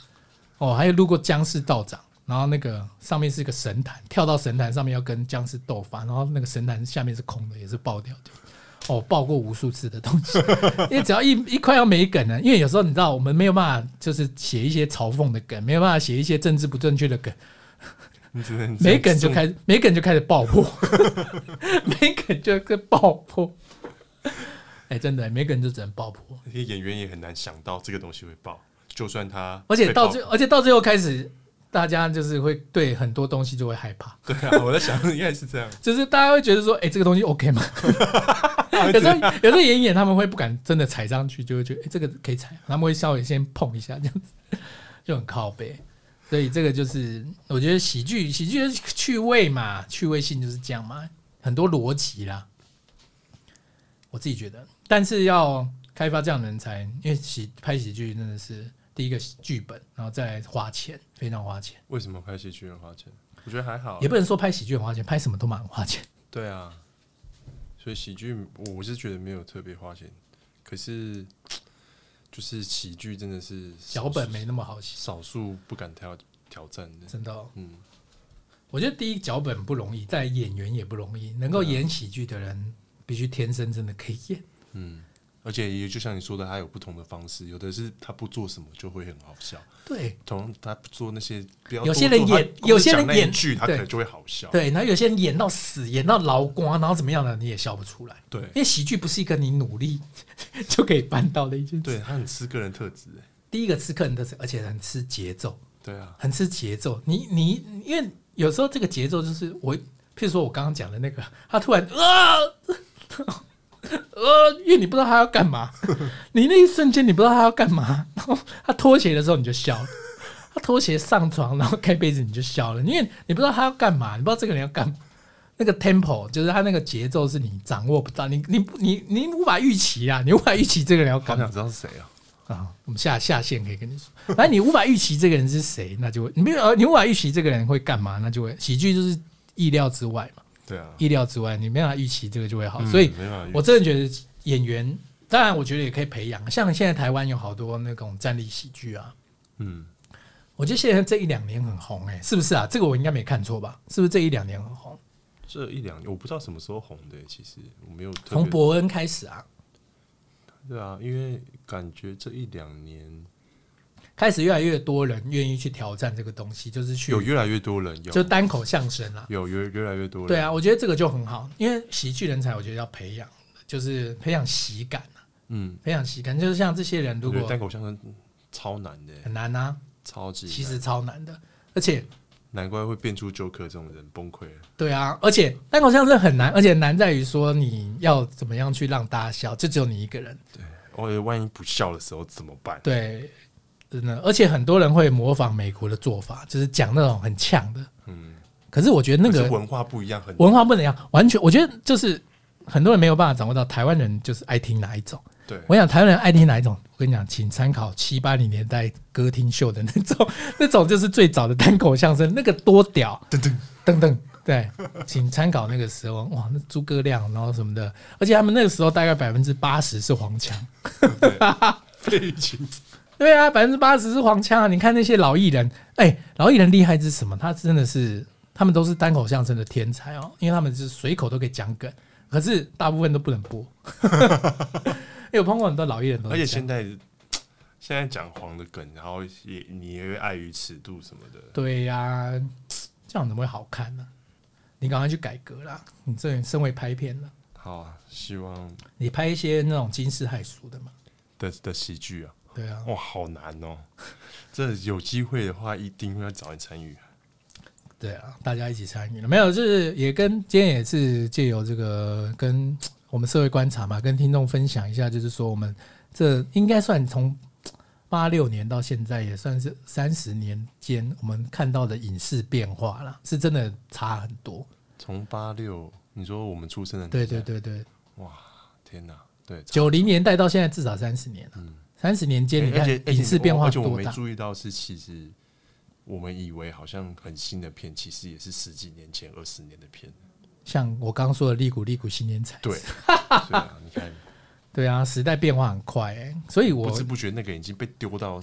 [SPEAKER 1] 哦，还有路过僵尸道长，然后那个上面是一个神坛，跳到神坛上面要跟僵尸斗法，然后那个神坛下面是空的，也是爆掉的。哦，爆过无数次的东西，因为只要一一快要没梗了，因为有时候你知道我们没有办法，就是写一些嘲讽的梗，没有办法写一些政治不正确的梗，
[SPEAKER 2] 你只能
[SPEAKER 1] 没梗就开始没梗就开始爆破，没梗就在爆破。哎、真的没梗就只能爆破。
[SPEAKER 2] 那些演员也很难想到这个东西会爆，就算他
[SPEAKER 1] 而且到
[SPEAKER 2] 被
[SPEAKER 1] 最，而且到最后开始，大家就是会对很多东西就会害怕，
[SPEAKER 2] 爆对啊，我在想应该是这样，
[SPEAKER 1] 就是大家会觉得说，哎、这个东西 OK 吗？有时候有时候演一演他们会不敢真的踩上去，就会觉得，哎、这个可以踩，他们会稍微先碰一下这样子，就很靠背。所以这个就是我觉得喜剧，喜剧就是趣味嘛，趣味性就是这样嘛，很多逻辑啦。我自己觉得，但是要开发这样的人才，因为喜拍喜剧真的是第一个剧本，然后再花钱，非常花钱。
[SPEAKER 2] 为什么拍喜剧很花钱？我觉得还好
[SPEAKER 1] 也，不能说拍喜剧很花钱，拍什么都蛮花钱。
[SPEAKER 2] 对啊，所以喜剧我我是觉得没有特别花钱，可是就是喜剧真的是
[SPEAKER 1] 脚本没那么好写，
[SPEAKER 2] 少数不敢挑挑战的，
[SPEAKER 1] 真的哦、
[SPEAKER 2] 嗯，
[SPEAKER 1] 我觉得第一脚本不容易，在演员也不容易，能够演喜剧的人必须天生真的可以演。
[SPEAKER 2] 嗯，而且也就像你说的，他有不同的方式，有的是他不做什么就会很好笑，
[SPEAKER 1] 对
[SPEAKER 2] 同他不做那些不要
[SPEAKER 1] 有些
[SPEAKER 2] 多
[SPEAKER 1] 人
[SPEAKER 2] 做
[SPEAKER 1] 演
[SPEAKER 2] 他光
[SPEAKER 1] 有
[SPEAKER 2] 是
[SPEAKER 1] 些
[SPEAKER 2] 讲
[SPEAKER 1] 人
[SPEAKER 2] 那一
[SPEAKER 1] 演
[SPEAKER 2] 句他可
[SPEAKER 1] 对
[SPEAKER 2] 能就会好笑，
[SPEAKER 1] 对，然后有些人演到死，演到劳瓜，然后怎么样的你也笑不出来，
[SPEAKER 2] 对
[SPEAKER 1] 因为喜剧不是一个你努力就可以办到的一件事。
[SPEAKER 2] 对，他很吃个人特质，哎
[SPEAKER 1] 第一个吃客人的，而且很吃节奏，
[SPEAKER 2] 对啊，
[SPEAKER 1] 很吃节奏。你你因为有时候这个节奏就是我，譬如说我刚刚讲的那个，他突然啊。呃，因为你不知道他要干嘛，你那一瞬间你不知道他要干嘛，然后他脱鞋的时候你就笑了，他脱鞋上床然后盖被子你就笑了，因为你不知道他要干嘛，你不知道这个人要干嘛。那个 tempo 就是他那个节奏是你掌握不到，你你你你无法预期啊，你无法预期这个人要
[SPEAKER 2] 好
[SPEAKER 1] 干嘛
[SPEAKER 2] 想。知道是谁啊，
[SPEAKER 1] 啊，我们下下线可以跟你说。 反正你无法预期这个人是谁，那就会你没有，呃你无法预期这个人会干嘛，那就会喜剧就是意料之外嘛，
[SPEAKER 2] 对啊，
[SPEAKER 1] 意料之外，你没办法预期这个就会好。
[SPEAKER 2] 嗯
[SPEAKER 1] 所以
[SPEAKER 2] 没办法，
[SPEAKER 1] 我真的觉得演员，当然我觉得也可以培养，啊像现在台湾有好多那种站立喜剧啊，
[SPEAKER 2] 嗯，
[SPEAKER 1] 我觉得现在这一两年很红、欸，是不是啊？这个我应该没看错吧？是不是这一两年很红？
[SPEAKER 2] 这一两年我不知道什么时候红的，欸其实我没有特
[SPEAKER 1] 从
[SPEAKER 2] 别
[SPEAKER 1] 伯恩开始啊，
[SPEAKER 2] 对啊，因为感觉这一两年
[SPEAKER 1] 开始越来越多人愿意去挑战这个东西，就是去
[SPEAKER 2] 有越来越多人有
[SPEAKER 1] 就单口相声啊啦、
[SPEAKER 2] 有越越来越多人，
[SPEAKER 1] 对啊，我觉得这个就很好，因为喜剧人才，我觉得要培养，就是培养喜感啊
[SPEAKER 2] 嗯，
[SPEAKER 1] 培养喜感，就是像这些人，如
[SPEAKER 2] 我觉得
[SPEAKER 1] 果
[SPEAKER 2] 单口相声超难的，欸
[SPEAKER 1] 很难啊，
[SPEAKER 2] 超级难
[SPEAKER 1] 其实超难的。而且，
[SPEAKER 2] 难怪会变出 Joker 这种人崩溃了。
[SPEAKER 1] 对啊，而且单口相声很难，而且难在于说你要怎么样去让大家笑，就只有你一个人。
[SPEAKER 2] 哦，万一不笑的时候怎么办？
[SPEAKER 1] 对，真的，而且很多人会模仿美国的做法，就是讲那种很呛的。
[SPEAKER 2] 嗯，
[SPEAKER 1] 可是我觉得那
[SPEAKER 2] 可
[SPEAKER 1] 个
[SPEAKER 2] 是文化不一样，很
[SPEAKER 1] 文化不能一样，完全我觉得就是很多人没有办法掌握到台湾人就是爱听哪一种。
[SPEAKER 2] 对，
[SPEAKER 1] 我想台湾人爱听哪一种？我跟你讲，请参考七八零年代歌厅秀的那种， 那种就是最早的单口相声，那个多屌！
[SPEAKER 2] 噔噔，
[SPEAKER 1] 等等，对，请参考那个时候，哇，那诸葛亮，然后什么的，而且他们那个时候大概百分之八十是黄腔，
[SPEAKER 2] 背景
[SPEAKER 1] 对啊，百分之八十是黄腔啊！你看那些老艺人，哎、老艺人厉害之什么？他真的是，他们都是单口相声的天才哦，因为他们是随口都可以讲梗，可是大部分都不能播。 哎有碰过很多老艺人都是
[SPEAKER 2] 而
[SPEAKER 1] 这样，
[SPEAKER 2] 且现在现在讲黄的梗，然后也你也会碍于尺度什么的，
[SPEAKER 1] 对呀、这样怎么会好看呢、你赶快去改革啦！你这人身为拍片的，
[SPEAKER 2] 好啊，希望
[SPEAKER 1] 你拍一些那种惊世骇俗的嘛？
[SPEAKER 2] 的的喜剧啊，
[SPEAKER 1] 对啊，
[SPEAKER 2] 哇，好难哦，这有机会的话，一定会要找你参与。
[SPEAKER 1] 对啊，大家一起参与了没有？就是也跟今天也是借由这个跟我们社会观察嘛，跟听众分享一下，就是说我们这应该算从八六年到现在，也算是三十年间我们看到的影视变化啦，是真的差很多。
[SPEAKER 2] 从八六，你说我们出生的，
[SPEAKER 1] 对对，对对，
[SPEAKER 2] 哇，天哪，对，
[SPEAKER 1] 九零年代到现在至少三十年了，三十年间你
[SPEAKER 2] 嗯哎而
[SPEAKER 1] 看
[SPEAKER 2] 且而且
[SPEAKER 1] 影视变
[SPEAKER 2] 我
[SPEAKER 1] 化
[SPEAKER 2] 而且我
[SPEAKER 1] 多
[SPEAKER 2] 没
[SPEAKER 1] 大？
[SPEAKER 2] 注意到是其实。我们以为好像很新的片，其实也是十几年前、二十年的 片。
[SPEAKER 1] 像我刚刚说的利古利古新年彩，
[SPEAKER 2] 对， 对啊，你看，
[SPEAKER 1] 对啊，时代变化很快、欸，所以
[SPEAKER 2] 不
[SPEAKER 1] 我
[SPEAKER 2] 知不觉那个已经被丢到，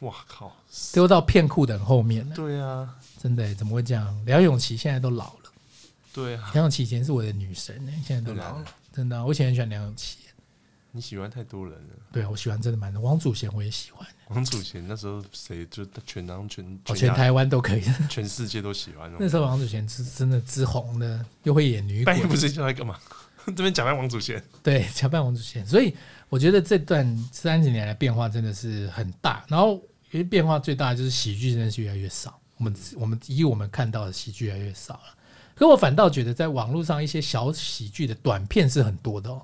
[SPEAKER 2] 哇靠！
[SPEAKER 1] 丢到片库的很后面了。
[SPEAKER 2] 对啊，
[SPEAKER 1] 真的耶怎么会这样？梁咏琪现在都老了，
[SPEAKER 2] 对啊，
[SPEAKER 1] 梁咏琪以前是我的女神耶，现在都老
[SPEAKER 2] 对
[SPEAKER 1] 了
[SPEAKER 2] 啊，
[SPEAKER 1] 真的啊、我以前很喜欢梁咏琪耶，
[SPEAKER 2] 你喜欢太多人了。
[SPEAKER 1] 对啊我喜欢真的蛮多。王祖贤我也喜欢，
[SPEAKER 2] 王祖贤那时候谁就全当全
[SPEAKER 1] 哦，
[SPEAKER 2] 全
[SPEAKER 1] 全
[SPEAKER 2] 亚
[SPEAKER 1] 台湾都可以。
[SPEAKER 2] 全世界都喜欢哦。
[SPEAKER 1] 那时候王祖贤是真的之红的，又会演女鬼
[SPEAKER 2] 半，夜不睡觉在干嘛？ 这边假扮王祖贤，
[SPEAKER 1] 对， 假扮王祖贤。所以我觉得这段三十年来变化真的是很大，然后因为变化最大的就是喜剧真的是越来越少。我们我们以我们看到的喜剧越来越少了，可我反倒觉得在网络上一些小喜剧的短片是很多的哦。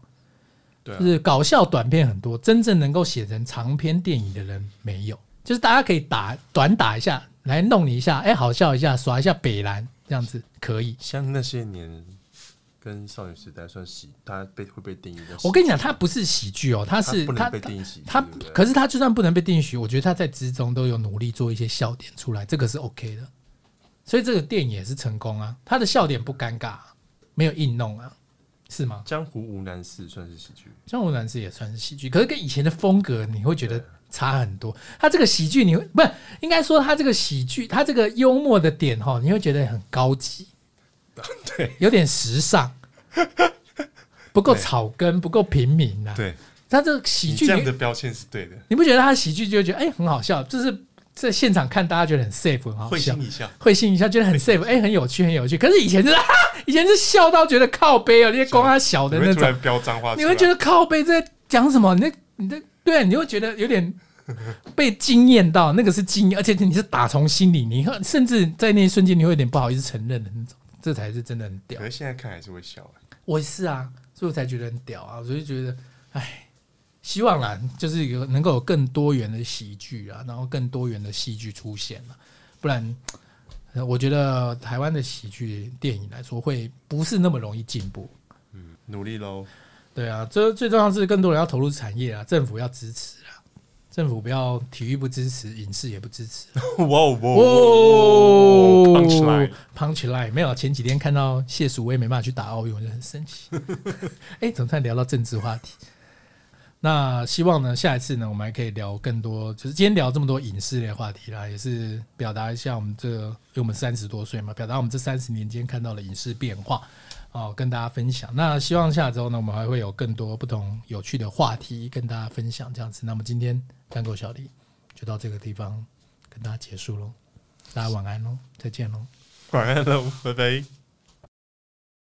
[SPEAKER 2] 对啊
[SPEAKER 1] 就，是搞笑短片很多，真正能够写成长篇电影的人没有。就是大家可以打短打一下，来弄你一下，哎、好笑一下，耍一下北兰这样子可以。
[SPEAKER 2] 像那些年跟少女时代算喜，他被会被定义的。
[SPEAKER 1] 我跟你讲，它不是喜剧哦，它
[SPEAKER 2] 他
[SPEAKER 1] 是
[SPEAKER 2] 不
[SPEAKER 1] 它
[SPEAKER 2] 能被定义喜剧，
[SPEAKER 1] 它
[SPEAKER 2] 对不对
[SPEAKER 1] 可是它就算不能被定许，我觉得它在之中都有努力做一些笑点出来，这个是 OK 的。所以这个电影也是成功啊，它的笑点不尴尬、啊，没有硬弄啊，是吗？
[SPEAKER 2] 江湖无难事算是喜剧，
[SPEAKER 1] 江湖男子也算是喜剧，可是跟以前的风格你会觉得差很多。他这个喜剧你会不是应该说他这个喜剧，他这个幽默的点哈，你会觉得很高级，
[SPEAKER 2] 对
[SPEAKER 1] 有点时尚，不够
[SPEAKER 2] 对
[SPEAKER 1] 草根，不够平民呐、啊。
[SPEAKER 2] 对，
[SPEAKER 1] 他这个喜
[SPEAKER 2] 你
[SPEAKER 1] 剧
[SPEAKER 2] 这
[SPEAKER 1] 你
[SPEAKER 2] 样的标签是对的，
[SPEAKER 1] 你不觉得他的喜剧就会觉得哎、很好笑，就是 在现场看大家觉得很 safe 很好
[SPEAKER 2] 会
[SPEAKER 1] 笑
[SPEAKER 2] 心。一笑。
[SPEAKER 1] 会心一笑，觉得很 safe，哎、很有趣，很有趣。可是以前是， 啊、以前是笑到觉得靠背哦，那些光他小的
[SPEAKER 2] 你
[SPEAKER 1] 那
[SPEAKER 2] 会突
[SPEAKER 1] 种，
[SPEAKER 2] 然飙脏话出
[SPEAKER 1] 你
[SPEAKER 2] 来，
[SPEAKER 1] 会觉得靠背在讲什么？你那你的对啊，你会觉得有点被惊艳到，那个是惊艳，而且你是打从心里，你会甚至在那一瞬间你会有点不好意思承认的那种，这才是真的很屌
[SPEAKER 2] 可。是现在看还是会笑、欸。
[SPEAKER 1] 我也是啊，所以我才觉得很屌啊，我就觉得，哎，希望啦，就是有能够有更多元的喜剧啊，然后更多元的戏剧出现了、不然。呃我觉得台湾的喜剧电影来说，会不是那么容易进步。
[SPEAKER 2] 嗯，努力喽。
[SPEAKER 1] 对啊，这最重要是更多人要投入产业啊，政府要支持啊，政府不要体育不支持，影视也不支持。啊
[SPEAKER 2] 哇哦哇
[SPEAKER 1] 哦
[SPEAKER 2] 胖起来，
[SPEAKER 1] ，punch line 没有。前几天看到谢淑薇没办法去打奥运，我就很生气。哎、怎么突然聊到政治话题？那希望呢，下一次呢，我们还可以聊更多，就是今天聊这么多影视类话题啦，也是表达一下我们这个，因为我们三十多岁嘛，表达我们这三十年间看到的影视变化。哦，跟大家分享。那希望下周呢，我们还会有更多不同有趣的话题跟大家分享，这样子。那么今天单口小李就到这个地方跟大家结束喽，大家晚安喽，再见喽。
[SPEAKER 2] 晚安喽，拜拜。